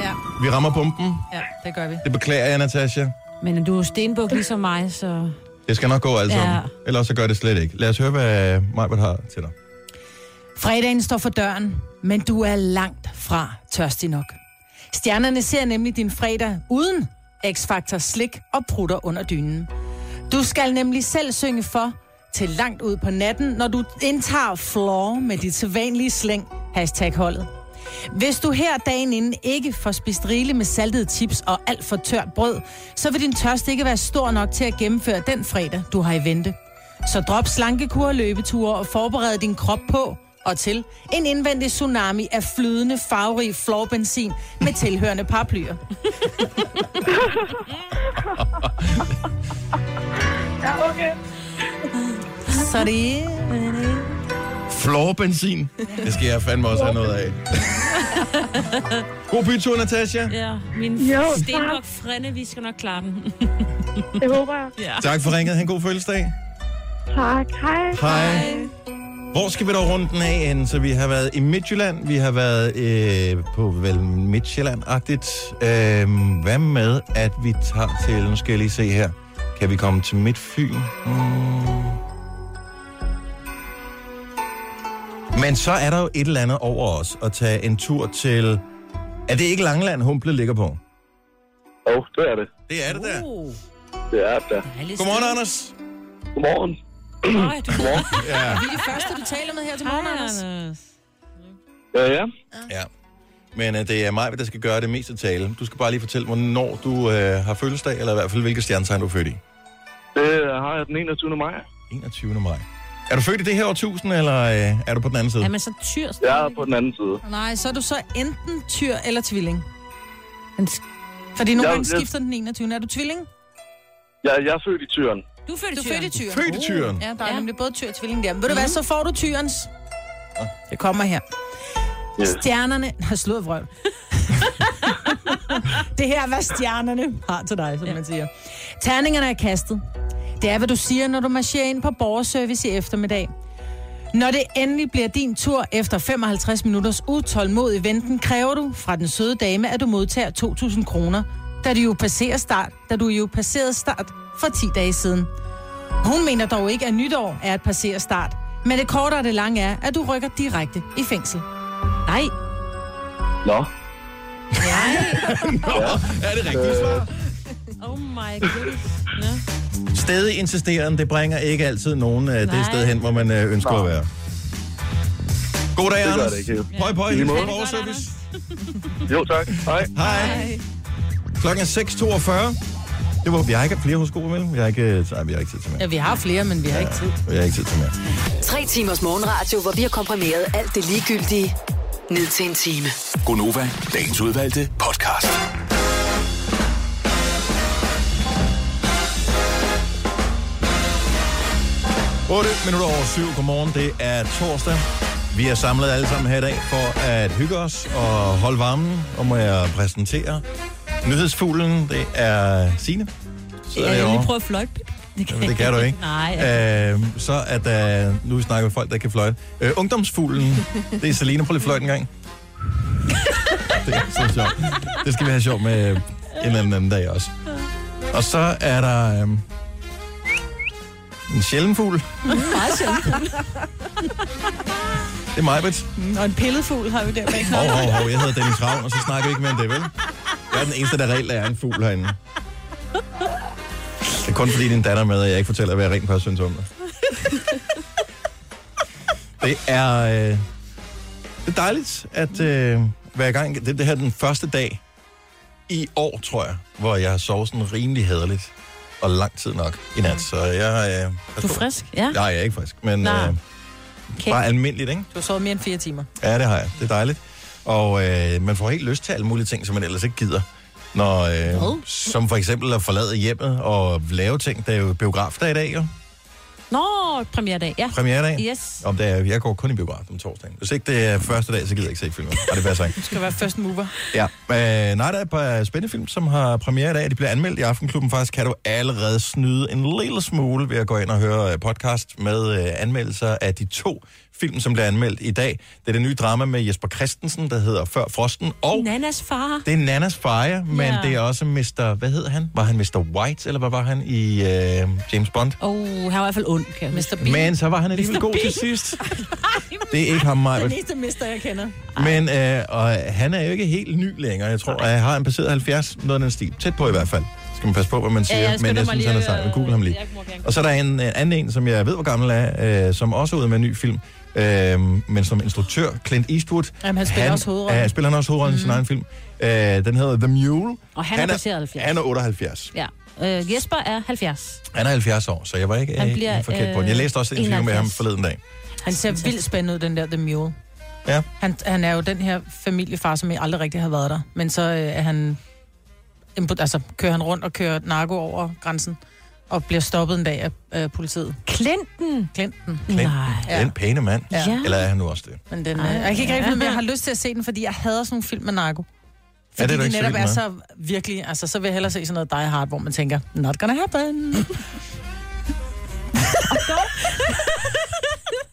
Ja,
vi rammer bomben?
ja det gør vi.
Det beklager jeg, Natasha.
Men du er jo stenbuk ligesom mig, så...
Det skal nok gå alt sammen. Ja.
Ja.
Ellers så gør det slet ikke. Lad os høre, hvad Majbert har til dig.
Fredagen står for døren, men du er langt fra tørstig nok. Stjernerne ser nemlig din fredag uden X-Factor slik og prutter under dynen. Du skal nemlig selv synge for til langt ud på natten, når du indtager floor med dit sædvanlige slæng, hashtag holdet. Hvis du her dagen inden ikke får spist rigeligt med saltede chips og alt for tørt brød, så vil din tørst ikke være stor nok til at gennemføre den fredag, du har i vente. Så drop slankekur og løbeture og forbered din krop på og til en indvendig tsunami af flydende, farverig floorbenzin med tilhørende paraplyer.
Ja, okay.
Så det er...
<laughs>
Floorbenzin. Det skal jeg fandme også have noget af. God bytur, Natasha.
Ja, min
Jo, tak.
stenbuk frænde, vi skal nok klare den.
<laughs> Det håber jeg.
Tak for ringet. Ha' en god fødselsdag.
Tak. Hej.
Hej. Hvor skal vi dog rundt den af hen? Så vi har været i Midtjylland, vi har været øh, på vel Midtjylland-agtigt. Øh, hvad med, at vi tager til, nu skal jeg lige se her, kan vi komme til Midtfyn? Mm. Men så er der jo et eller andet over os at tage en tur til, er det ikke Langeland, Humble ligger på?
Åh, oh, det er det.
Det er det der.
Uh,
Det er det.
dejlig
Godmorgen,
sted.
Anders.
Godmorgen.
Øj, du er
Ja.
Det første, du taler med her til morgen, Anders.
Anders.
Ja, ja.
Ja. Men øh, det er mig, der skal gøre det meste tale. Du skal bare lige fortælle, hvornår du øh, har fødselsdag, eller i hvert fald, hvilket stjernetegn du er født i.
Det øh, har jeg den 21. maj.
21. maj. Er du født i det her årtusind, eller øh, er du på den anden side?
Er man så tyr?
Jeg er på den anden side.
Nej, så er du så enten tyr eller tvilling.
Men sk-
Fordi nogle
Jeg-
gange
jeg-
skifter den 21. Er du tvilling?
Jeg, jeg er født i Tyren.
Du er født
Du
i
er født i Oh. tyr.
Født i tyren.
Ja, der er
Ja.
nemlig både tyr og tvilling der. Men ved du hvad, så får du tyrens. Det kommer her.
Yes.
Stjernerne <laughs> har slået vrøv. det her er, hvad stjernerne har til dig, som man siger. Terningerne er kastet. Det er, hvad du siger, når du marcherer ind på borgerservice i eftermiddag. Når det endelig bliver din tur efter 55 minutters utålmodig venten, kræver du fra den søde dame, at du modtager 2.000 kroner, da du jo passerer start, da du jo passerede start for 10 dage siden. Hun mener dog ikke, at nytår er at passere start. Men det korte og det lange er, at du rykker direkte i fængsel.
Nej.
Nå.
Er det rigtigt svar?
Øh.
Oh my goodness. Nå.
Stedig insisterende, det bringer ikke altid nogen øh,
Nej.
det sted hen, hvor man øh, ønsker at være. God dag,
det
Anders.
ikke helt.
Høj, høj.
Ja.
Hilsen
Det er
fra
godt,
Borgerservice.
Jo, tak. Hej.
Hej. Klokken er 6.42. Det var, vi har ikke flere hos Gode, vel? Vi har ikke, nej, vi har ikke tid til mere.
Ja, vi har flere, men vi har ikke tid.
Vi har ikke tid til mere.
Tre timers morgenradio, hvor vi har komprimeret alt det ligegyldige ned til en time.
Gonova, dagens udvalgte podcast.
Otte minutter over syv. Godmorgen. Det er torsdag. Vi er samlet alle sammen her i dag for at hygge os og holde varmen. Og må jeg præsentere nyhedsfuglen. Det er Signe.
Jeg
Sidder
vil lige
derovre.
prøve at fløjte. Det kan,
Jamen, det kan du ikke.
<laughs> Nej.
Øhm, så er der, nu snakker vi folk, der kan fløjte. Øh, ungdomsfuglen,
<laughs>
det er Selina, prøv lige at fløjte en gang. det er så sjovt. Det skal vi have sjovt med øh, en eller anden dag også. Og så er der øhm, en sjælden fugl.
Meget sjældent.
Det er Majbrit.
Mm, Og en pillefugl har vi der bag.
Hov, hov, hov, jeg hedder Dennis Ravn, og så snakker vi ikke mere end det, vel? Jeg er den eneste, der reelt er en fugl herinde. Det er kun fordi din datter er med, at jeg ikke fortæller, hvad jeg rent faktisk synes om dig. Det er, øh, det er dejligt at øh, være i gang. Det, det her er den første dag i år, tror jeg, hvor jeg har sovet sådan rimelig hederligt og lang tid nok i nat. Så jeg øh,
Du er frisk, ja.
Nej, jeg er ikke frisk, men øh,
Nej. Okay.
bare almindeligt, ikke?
Du har sovet mere end fire timer.
Ja, det har jeg. Det er dejligt. Og øh, man får helt lyst til alle mulige ting, som man ellers ikke gider. Når, øh, som for eksempel at forlade hjemmet og lave ting. Det er jo biografdag i dag, jo.
Nå, premierdag, ja.
Premieredag.
Yes.
Om det er, jeg går kun i biografen om torsdagen. Hvis ikke det er første dag, så gider jeg ikke se filmen. Nej, det passer ikke.
Du skal være first mover.
Ja. Øh, nej, der er et par spændende film, som har premiere i dag. De bliver anmeldt i Aftenklubben. Faktisk kan du allerede snyde en lille smule ved at gå ind og høre øh, podcast med øh, anmeldelser af de to film, som bliver anmeldt i dag. Det er det nye drama med Jesper Christensen, der hedder Før Frosten, og
Nanas far.
det er Nanas Fire, men
Ja.
det er også Mr. Hvad hed han? Var han Mr. White, eller hvad var han i øh, James Bond?
Oh, han var i hvert fald ond, kan jeg
Mr.
huske.
Bean.
Men så var han alligevel
Mr.
god
Bean.
til
<laughs>
sidst. Det er ikke ham, Maja.
Den eneste mister, jeg kender.
Men øh, og han er jo ikke helt ny længere. Jeg tror, at han har en passeret 70, noget af den stil. Tæt på i hvert fald. Skal man passe på, hvad man siger.
jeg skynder
men jeg
mig
synes,
lige
han er
at-
sej. Men google ham lige.
Jeg må gerne-
Og så er der en øh, anden en, som jeg ved, hvor gammel er, øh, som også er ude med en ny film. Øh, men som instruktør, Clint Eastwood.
Jamen, han spiller også hovedrollen.
Ja, spiller han også hovedrollen mm. i sin egen film. Øh, den hedder The Mule.
Mhm. Og han er passeret 70.
Han er 78.
Ja. Øh, Jesper er 70.
Han er 70 år, så jeg var ikke
Han
øh,
bliver,
helt forkert på den. Jeg
øh,
læste også et interview med ham
71.
forleden dag.
Han ser vildt spændende ud, den der The Mule.
Ja.
Han, han er jo den her familiefar, som jeg aldrig rigtig har været der. Men så øh, er han... impo- Altså, kører han rundt og kører narko over grænsen og bliver stoppet en dag af øh, politiet.
Clinton.
Clinton.
Clint,
Nej.
ja. Den pæne mand.
Ja.
Eller er han nu også det?
Men den, øh, jeg kan ikke rigtig finde, jeg har lyst til at se den, fordi jeg hader sådan nogle film med narko. Fordi
er du
de
ikke så
netop
vild
er
med.
så virkelig, altså så vil jeg hellere se sådan noget Die Hard, hvor man tænker, not gonna happen.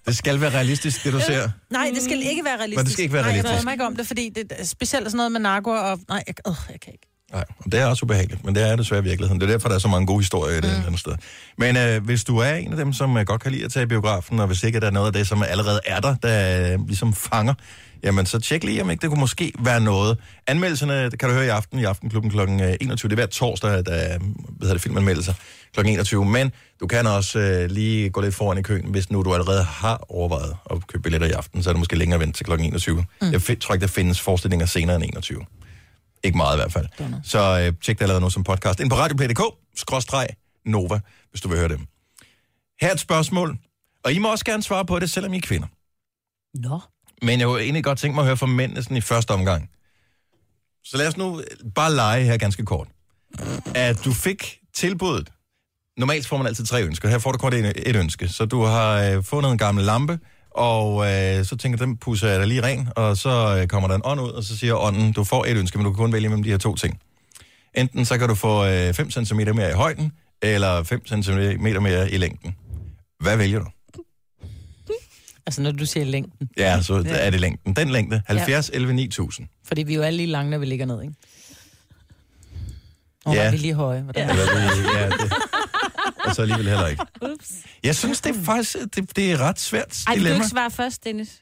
Det skal være realistisk,
<laughs>
det du ser.
Nej, det skal ikke være realistisk.
Men det skal ikke være
Nej, jeg
realistisk.
bryder mig ikke om det, fordi det er specielt sådan noget med narko og... Nej, jeg, øh, jeg kan ikke.
Nej, og det er også ubehageligt, men det er desværre virkeligheden. Det er derfor, der er så mange gode historier i det mm. andet sted. Men øh, hvis du er en af dem, som øh, godt kan lide at tage i biografen, og hvis ikke der er noget af det, som allerede er der, der øh, ligesom fanger, jamen så tjek lige, om ikke det kunne måske være noget. Anmeldelserne det kan du høre i aften i Aftenklubben kl. 21. Det er hver torsdag, at der er hvad hedder det, filmanmeldelser kl. 21. Men du kan også øh, lige gå lidt foran i køen, hvis nu du allerede har overvejet at købe billetter i aften, så er det måske længere at vente til kl. 21. Mm. Jeg fi- tror ikke, der findes forestillinger senere end 21. Ikke meget i hvert fald. Så øh, tjek det allerede nu som podcast. Ind på radioplay.dk, skråstreg Nova, hvis du vil høre dem. Her er et spørgsmål, og I må også gerne svare på det, selvom I er kvinder.
Nå.
Men jeg kunne egentlig godt tænke mig at høre fra mændene sådan i første omgang. Så lad os nu øh, bare lege her ganske kort. At du fik tilbuddet. Normalt får man altid tre ønsker. Her får du kun et, et ønske. Så du har øh, fundet en gammel lampe, og øh, så tænker du, den pusser jeg da lige ren, og så øh, kommer der en ånd ud, og så siger ånden, du får et ønske, men du kan kun vælge mellem de her to ting. Enten så kan du få øh, 5 cm mere i højden, eller 5 cm mere i længden. Hvad vælger du?
Altså, når du siger længden.
Ja, så er det længden. Den længde, 70, 11, 9000.
Fordi vi er jo alle lige lange, når vi ligger ned, ikke? Og
Ja.
vi er lige høje. Hvordan? Ja.
Eller det, ja, det. Og så alligevel heller ikke. Jeg synes, det er faktisk det, det er et ret svært
Ej, vil du
dilemma.
ikke svare først, Dennis?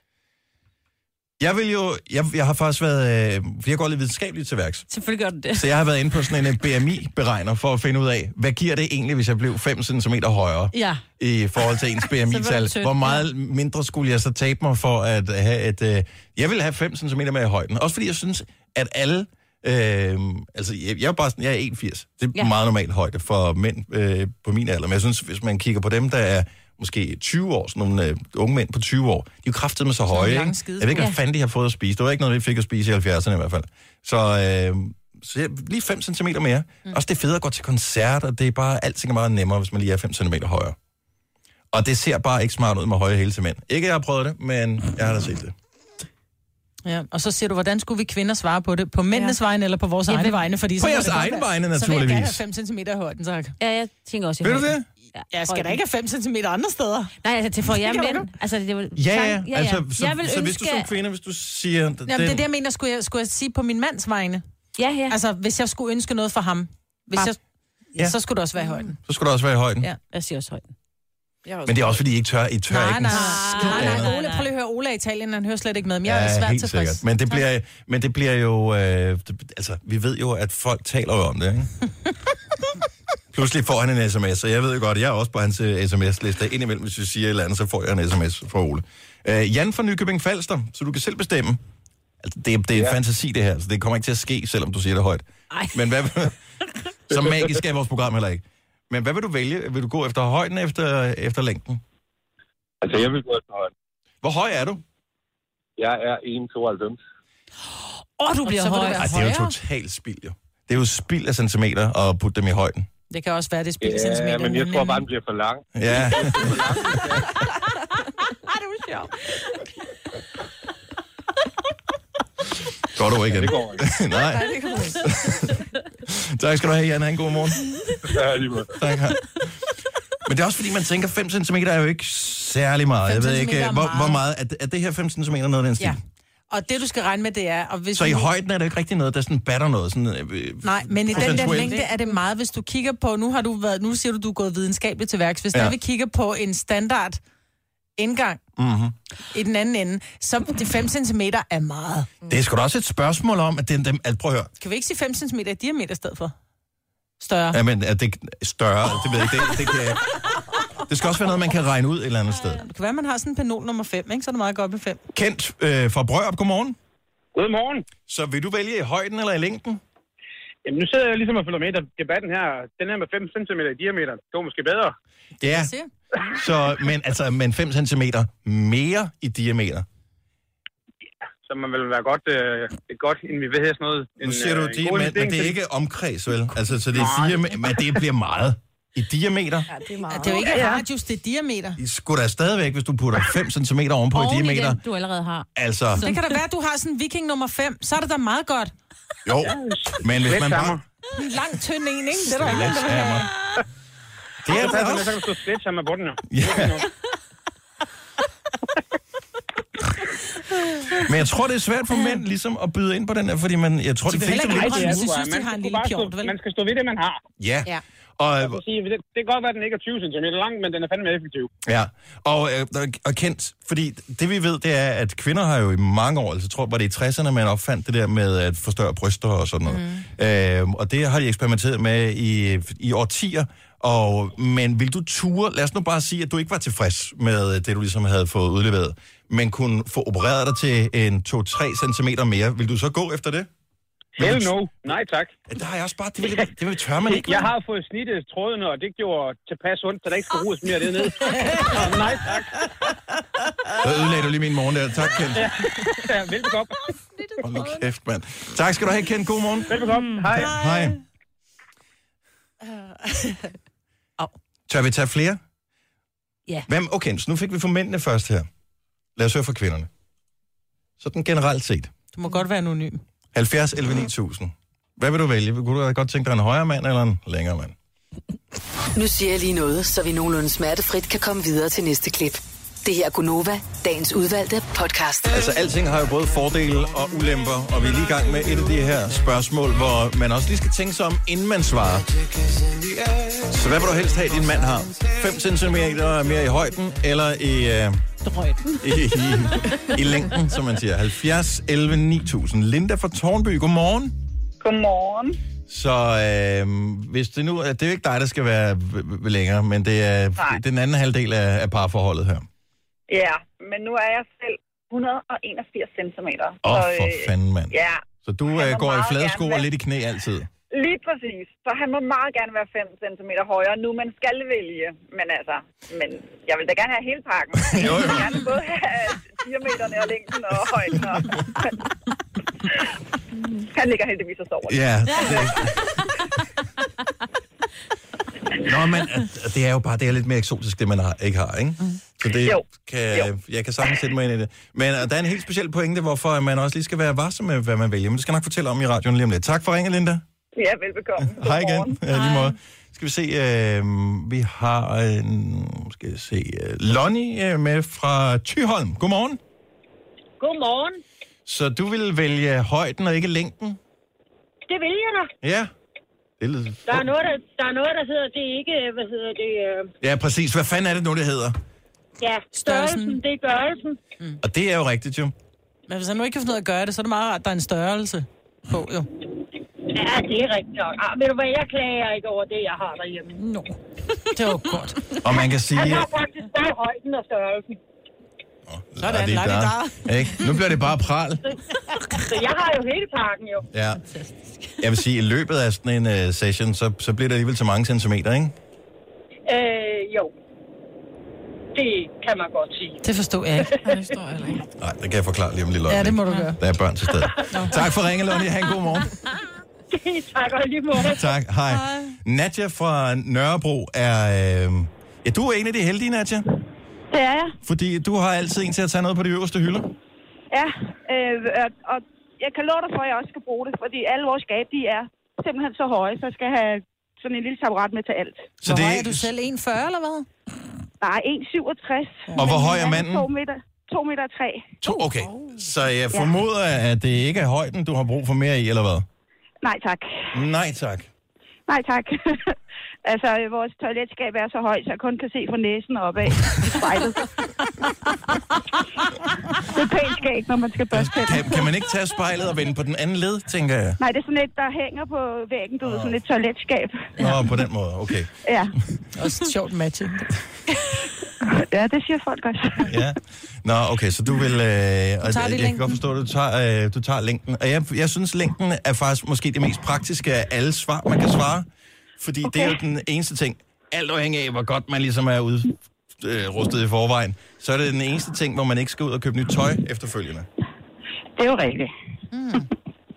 Jeg vil jo, jeg, jeg har faktisk været, øh, for jeg går lidt videnskabeligt til værks.
Selvfølgelig gør du det.
Så jeg har været inde på sådan en øh, BMI-beregner for at finde ud af, hvad giver det egentlig, hvis jeg blev 5 cm højere
Ja.
i forhold til
<laughs>
ens BMI-tal?
tynd,
Hvor
ja.
meget mindre skulle jeg så tabe mig for at have et... Øh, jeg vil have 5 cm mere i højden. Også fordi jeg synes, at alle... Øh, altså, jeg, jeg er bare sådan, jeg er 81. Det er ja.
Ja.
meget normal højde for mænd øh, på min alder. Men jeg synes, hvis man kigger på dem, der er måske 20 år, sådan nogle øh, unge mænd på 20 år, de er jo kraftedeme med så høje.
lange
Ikke?
skide-
Jeg ved ikke, hvad
Ja.
fanden de har fået at spise. Det var ikke noget, vi fik at spise i 70'erne i hvert fald. Så, øh, så jeg- lige 5 cm mere. Mm. Også det er federe at gå til koncert, og det er bare, alting er meget nemmere, hvis man lige er 5 cm højere. Og det ser bare ikke smart ud med høje hæle til mænd. Ikke, at jeg har prøvet det, men jeg har da set det.
ja. Og så siger du, hvordan skulle vi kvinder svare på det? På mændenes ja. vegne eller på vores ja, egne vegne? Fordi
På jeres egne vegne,
Så vil jeg gerne have
naturligvis.
5 cm i højden, tak.
Ja, jeg tænker også, jeg
Vil du
har-
det?
Jeg skal da ikke have 5 cm andre steder.
Nej, altså til for jer
kan man
mænd. Altså, det var,
Ja, ja, ja. Altså, så,
jeg vil
så
ønske,
hvis du som kvinde, hvis du siger... Den,
Jamen, det er det, jeg mener, skulle jeg, skulle jeg sige på min mands vegne.
Ja, ja. Altså,
Altså, hvis jeg skulle ønske noget for ham, hvis
Bare-
jeg,
Ja.
ja. så skulle det også være i højden.
så skulle du også være i højden.
Ja.
jeg siger også højden.
Men det er også, fordi I ikke tør, I tør
Nej,
ikke en
nej,
skid
nej, nej,
andet.
nej, Ole, prøv lige at høre Ole i Italien, han hører slet ikke med, men jeg er svært
helt
tilfreds.
sikkert. Men det, bliver, men det bliver jo... Øh, det, altså, vi ved jo, at folk taler jo om det,
<laughs>
ikke? Pludselig får han en sms, så jeg ved jo godt, jeg er også på hans øh, sms-liste. Indimellem, hvis vi siger et eller andet, så får jeg en sms fra Ole. Øh, Jan fra Nykøbing Falster, så du kan selv bestemme. Altså, det, det er ja. fantasi, det her, så det kommer ikke til at ske, selvom du siger det højt.
Ej.
Men hvad...
<laughs>
så magisk er vores program heller ikke. Men hvad vil du vælge? Vil du gå efter højden efter, efter længden?
Altså, jeg vil gå efter højden.
Hvor høj er du?
Jeg er 1,92.
Åh, du bliver
så vil du
høj.
være
Ej, det er jo totalt spild, jo. Det er jo spild af centimeter at putte dem i højden.
Det kan også være, det er spild
Ja, men jeg
øh,
tror bare, den bliver for lang. <laughs>
Ja, godt over igen.
Det går ikke.
<laughs> Nej, tak skal du have, Jan. Ha' en god morgen.
<laughs> Ja, lige måde.
Tak, hej. Men det er også fordi, man tænker, 5 cm er jo ikke særlig meget. Jeg ved
5
ikke,
centimeter er
hvor,
meget.
hvor meget... Er det, er det her 5 cm noget af den stil?
Ja. Og det, du skal regne med, det er... Og hvis
Så i
du-
højden er det jo ikke rigtig noget, der sådan batter noget. Sådan, øh,
Nej, men i den der
procentuelt.
længde er det meget, hvis du kigger på, nu har du været, nu siger du, du er gået videnskabeligt til værks, hvis
Ja.
ja. vi kigger på en standard indgang mm-hmm. i den anden ende, så de 5 cm er meget.
Det er sgu da også et spørgsmål om, at den, dem, at prøv at høre,
Kan vi ikke sige 5 cm i diameter i stedet for? Større.
ja, men, at det er større, det ved jeg ikke, det, det, kan, jeg ikke. det skal også være noget, man kan regne ud et eller andet sted.
Det kan være, man har sådan en penol nummer 5, ikke? Så er det meget godt med 5.
Kent øh, fra Brørup, godmorgen.
Godmorgen.
Så vil du vælge i højden eller i længden?
Jamen, nu sidder jeg ligesom og følger med i debatten her. Den her med 5 cm i diameter, det var måske bedre.
Ja, så, men, altså, men 5 cm mere i diameter.
Så man vil være godt, øh, et godt en, vi ved her sådan noget. En,
Nu siger du,
øh, en
de,
god
men, men
investering
det er
til-
ikke omkreds, vel? Altså, så det er
Nej.
fire, men det bliver meget i diameter.
Det er jo ikke radius, det er diameter.
I skulle da stadigvæk, hvis du putter 5 cm ovenpå i
Oven i
diameter.
den, du allerede har.
Altså,
Det kan da være, at du har sådan en viking nummer 5, så er det da meget godt.
jo, men hvis man bare...
En lang, tynd en, ikke? Det er der ikke nogen, der vil have.
Sledgehammer. Det er
Ja,
da
så
også...
kan du stå slet sammen med bunden jo.
Ja. Men jeg tror, det er svært for mænd ligesom at byde ind på den her, fordi man, jeg tror, de,
vil
fleste...
heller ikke
vil-
Ej, det er du, synes, de
Man
har en
skal
lille
bare
pjort,
stå-
vel?
Man skal stå ved det, man har.
Ja.
Ja.
Og,
Så sige, det, det kan godt være, at den ikke er 20 cm lang, men den er fandme effektiv.
Ja, og, øh, og- og kendt, fordi det vi ved, det er, at kvinder har jo i mange år, altså jeg tror, var det i 60'erne, man opfandt det der med at forstørre bryster og sådan noget. Mm. Øh, og det har de eksperimenteret med i, i årtier. Og, men vil du ture, lad os nu bare sige, at du ikke var tilfreds med det, du ligesom havde fået udleveret, men kunne få opereret dig til en 2-3 cm mere. Vil du så gå efter det?
Hell
Men-
no. Nej tak.
Det har jeg også bare, det vil, det vil tør man ikke.
Jeg
vel?
har fået snittet trådene, og det gjorde tilpas ondt, så der ikke skulle ruges mere det
<laughs>
ned. Nej tak.
Så ødelagde du lige min morgen der. Tak, Kent.
Ja, Velbekomme.
Hold nu kæft, mand. Tak skal du have, Kent. God morgen.
Velbekomme. Hej.
Hej. Tør vi tage flere?
Ja.
Hvem? Okay, så nu fik vi for mændene først her. Lad os høre for kvinderne. Sådan generelt set.
Du må godt være anonym.
70, 11, 9000. Hvad vil du vælge? Kunne du godt tænke dig en højere mand eller en længere mand?
Nu siger jeg lige noget, så vi nogenlunde smertefrit kan komme videre til næste klip. Det her er Gunova, dagens udvalgte podcast.
Altså, alting har jo både fordele og ulemper, og vi er lige i gang med et af de her spørgsmål, hvor man også lige skal tænke sig om, inden man svarer. Så hvad vil du helst have, din mand har? 5 cm mere i højden, eller i... Øh,
Drøjten.
i, i længden, som man siger. 70, 11, 9000. Linda fra Tornby, godmorgen.
Godmorgen.
Så øh, hvis det nu er, det er jo ikke dig, der skal være v- v- længere, men det er
Nej.
den anden halvdel af, af parforholdet her.
Ja, men nu er jeg selv 181 cm.
Åh, oh, for fanden, mand.
øh, Ja,
Så du
Han
øh,
må
går i
meget
flade
gerne
sko og
være-
lidt i knæ altid.
lige præcis. Så han må meget gerne være 5 cm højere, nu man skal vælge. Men altså, men jeg vil da gerne have hele pakken.
<laughs> Jo,
Jeg
jo.
vil gerne både have diameterne og længden og højden.
<laughs>
Og... han ligger heldigvis og sover.
Ja. Det... Nå, men øh, det er jo bare det er lidt mere eksotisk, det man har, ikke har, ikke? Så det
Jo.
kan,
Jo.
jeg kan sagtens sætte mig ind i det. Men og der er en helt speciel pointe, hvorfor man også lige skal være varsom med, hvad man vælger. Men det skal jeg nok fortælle om i radioen lige om lidt. Tak for ringen, Linda.
Ja, velbekomme.
Hej
Godmorgen.
igen. Ja, lige måde. Skal vi se, øh, vi har, øh, skal jeg se, øh, Lonnie øh, med fra Tyholm. Godmorgen.
Godmorgen.
Så du vil vælge højden og ikke længden?
Det vil jeg da.
Ja. Det er lidt...
Der er noget, der, der, er noget, der hedder, det er ikke, hvad hedder det, øh,
Ja, præcis. Hvad fanden er det nu, det hedder?
ja, størrelsen, det er gørelsen.
Og det er jo rigtigt, jo.
Men hvis han nu ikke kan finde ud af at gøre det, så er det meget rart, at der er en størrelse på, jo.
Ja, det er rigtigt nok. Ah, ved du hvad, jeg klager ikke over det, jeg har derhjemme. Altså,
Nå. Det var godt.
Og man kan sige...
Jeg har faktisk både højden og størrelsen.
Sådan,
Lad det
lad det
der. Ikke? Nu bliver det bare pral.
Så jeg har jo hele pakken jo.
Ja. Jeg vil sige, i løbet af sådan en uh, session, så, så bliver det alligevel så mange centimeter, ikke?
Øh, jo. Det kan man godt sige.
Det forstod jeg ikke.
Ja, det står heller ikke.
Nej, det kan jeg forklare lige om lidt.
Ja, det må du gøre.
Der er børn til stede. tak for ringen, Lonnie. Ha' en god morgen.
<laughs> tak og i lige måde.
<laughs> Tak. Hej. Nadja fra Nørrebro er... Øh... Ja, du er en af de heldige, Nadja.
Det er jeg.
Fordi du har altid en til at tage noget på de øverste hylder.
Ja, øh, og- og jeg kan love dig for, at jeg også skal bruge det, fordi alle vores skabe, de er simpelthen så høje, så jeg skal have sådan en lille taburet med til alt.
Så
Hvor
det
høj er du selv? 1,40 eller hvad?
Nej, 1,67.
Og hvor høj er
Han
manden?
2 meter, 2 meter 3.
To. Okay. Så jeg formoder, at det ikke er højden, du har brug for mere i, eller hvad?
Nej tak.
Nej, tak.
Nej tak. <laughs> altså, øh, vores toiletskab er så højt, så jeg kun kan se fra næsen og opad i
<laughs>
spejlet. det er et pænt skab, når man skal børste tænder.
Kan, kan man ikke tage spejlet og vende på den anden led, tænker jeg?
Nej, det er sådan et, der hænger på væggen, du ved, sådan et toiletskab.
Nå, på den måde. Okay.
Ja,
<laughs> Også et sjovt matching.
<laughs> ja det siger folk også.
Ja. Nå, okay, så du vil... Øh, og jeg
det i
kan
længden.
godt forstå, at du tager, øh, du tager længden. Og jeg, jeg synes, længden er faktisk måske det mest praktiske af alle svar, man kan svare. Fordi okay. det er jo den eneste ting. Alt afhængig af, hvor godt man ligesom er ud, øh, rustet i forvejen, så er det den eneste ting, hvor man ikke skal ud og købe nyt tøj efterfølgende. <laughs>
Det er jo rigtigt.
Altså,
Hmm. Men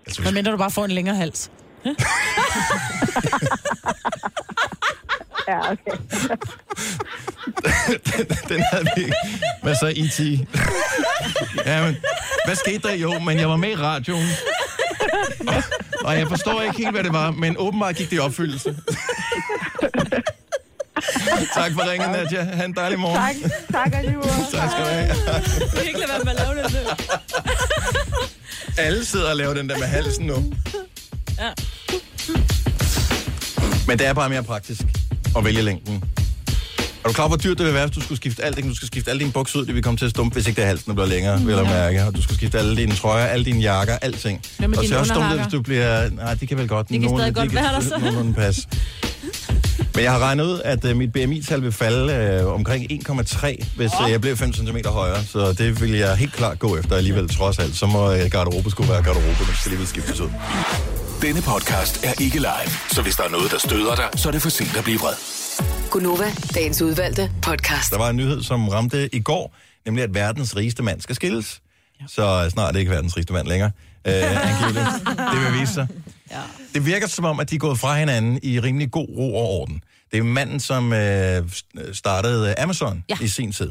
hvis,
mindre du bare får en længere hals.
<laughs> Ja, okay.
den havde vi ikke. Hvad så, <laughs> E.T.? ja, men, hvad skete der? Jo, men jeg var med i radioen. <laughs> Og, og jeg forstår ikke helt, hvad det var, men åbenbart gik det i opfyldelse. tak for ringen, Nadja. Ha' en dejlig <laughs> morgen.
Tak, tak alligevel.
tak skal du have.
Jeg kan ikke lade være med at lave det.
<laughs> Alle sidder og laver den der med halsen nu.
Ja.
Men det er bare mere praktisk at vælge længden. Er du klar på, hvor dyrt det vil være, hvis du skulle skifte alt det? Du skal skifte alle dine bukser ud, det vil komme til at stumpe, hvis ikke det er halsen, der bliver længere, vil jeg mærke. Og du skal skifte alle dine trøjer, alle dine jakker, alting.
Hvad med
og
dine
så også det,
underhakker?
hvis du bliver... Nej, det kan vel godt.
kan stadig godt være der, så.
Nogenlunde pas. Men jeg har regnet ud, at øh, mit BMI-tal vil falde øh, omkring 1,3, hvis øh, jeg blev 5 cm højere. Så det vil jeg helt klart gå efter alligevel, trods alt. Så må øh, garderobe skulle være garderobe, men det skal alligevel skiftes ud.
Denne podcast er ikke live, så hvis der er noget, der støder dig, så er det for sent at blive vred.
Gunova, dagens udvalgte podcast.
Der var en nyhed, som ramte i går, nemlig at verdens rigeste mand skal skilles. Så øh, snart er det ikke verdens rigeste mand længere. Øh, angiveligt. det vil vise sig. Det virker som om, at de er gået fra hinanden i rimelig god ro og orden. Det er manden, som øh, startede øh, Amazon ja. i sin tid.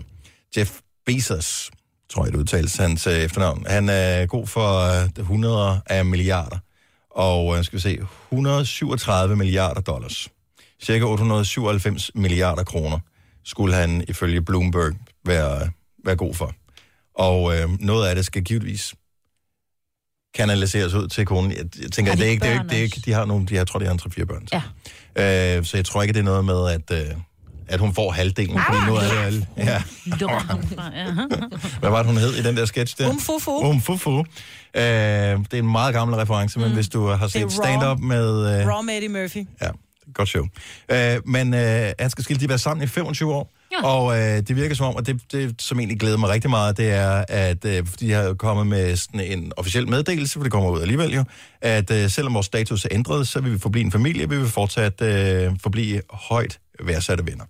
Jeff Bezos, tror jeg det udtales hans øh, efternavn. Han er god for øh, hundreder af milliarder. Og øh, skal vi se, 137 milliarder dollars. Cirka 897 milliarder kroner skulle han ifølge Bloomberg være, være god for. Og øh, noget af det skal givetvis kanaliseres ud til konen. Jeg, jeg tænker,
Har de
det er ikke, det er jo
børn
ikke, det er ikke, de har nogle, de, jeg tror, de har en 3-4 børn. så. Øh, så jeg tror ikke, det er noget med, at, øh, at hun får halvdelen. Fordi nu er det, alle- ja. Hvad var det, hun hed i den der sketch der?
Umfufu.
Umfufu. Øh, det er en meget gammel reference, men mm. hvis du har set
Raw.
stand-up med... Øh,
Raw med Eddie Murphy.
Ja, godt show. Øh, men øh, han skal skille de være sammen i 25 år, ja. og øh, det virker som om, og det, det som egentlig glæder mig rigtig meget, det er, at øh, de har kommet med sådan en officiel meddelelse, for det kommer ud alligevel jo, at øh, selvom vores status er ændret, så vil vi forblive en familie, vi vil fortsat øh, forblive højt værdsatte venner.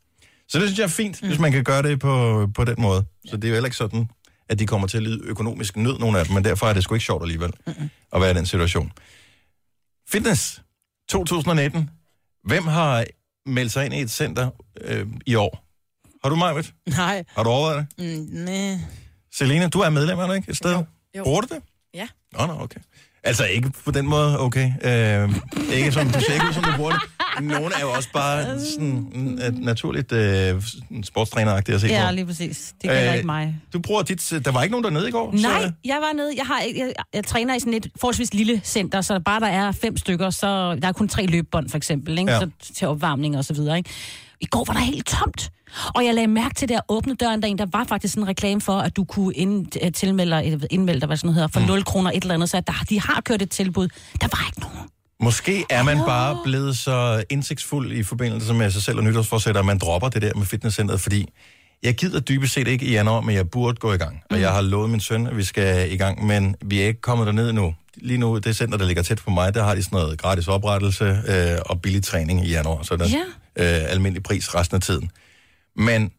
Så det synes jeg er fint, mm. hvis man kan gøre det på, på den måde. Så det er jo heller ikke sådan, at de kommer til at lide økonomisk nød, nogle af dem, men derfor er det sgu ikke sjovt alligevel mm. at være i den situation. Fitness 2019. Hvem har meldt sig ind i et center øh, i år? Har du, Majbet?
Nej.
Har du overvejet det?
Mm, nej.
Selena, du er medlem, er du ikke? Et sted?
Jo. Jo.
Bruger du det?
Ja.
Nå, nå, okay. Altså ikke på den måde, okay. Øh, ikke som, du ser ikke ud, som du bruger det. Nogle er jo også bare sådan mm, naturligt øh, sådan sportstræneragtige at se
Ja,
på.
lige præcis. Det gælder
Øh,
ikke mig.
Du bruger dit... øh, Der var ikke nogen dernede i går?
Nej, jeg var nede. Jeg, har, ikke- jeg, jeg, jeg træner i sådan et forholdsvis lille center, så bare der er fem stykker, så der er kun tre løbebånd for eksempel, ikke?
Ja.
Ja. Så, til opvarmning og så videre. Ikke? I går var der helt tomt. Og jeg lagde mærke til, at jeg åbnede døren derind, der var faktisk en reklame for, at du kunne ind, øh, tilmelde, dig- eller indmelde dig, hvad sådan noget hedder, for
Mm.
0 kroner et eller andet, så der, de har kørt et tilbud. Der var ikke nogen.
Måske er man bare blevet så indsigtsfuld i forbindelse med sig selv og nytårsforsætter, at man dropper det der med fitnesscenteret, fordi jeg gider dybest set ikke i januar, men jeg burde gå i gang. Og
Mm.
jeg har lovet min søn, at vi skal i gang, men vi er ikke kommet derned endnu. Lige nu, det center, der ligger tæt på mig, der har de sådan noget gratis oprettelse øh, og billig træning i januar, så der er øh, almindelig pris resten af tiden. Men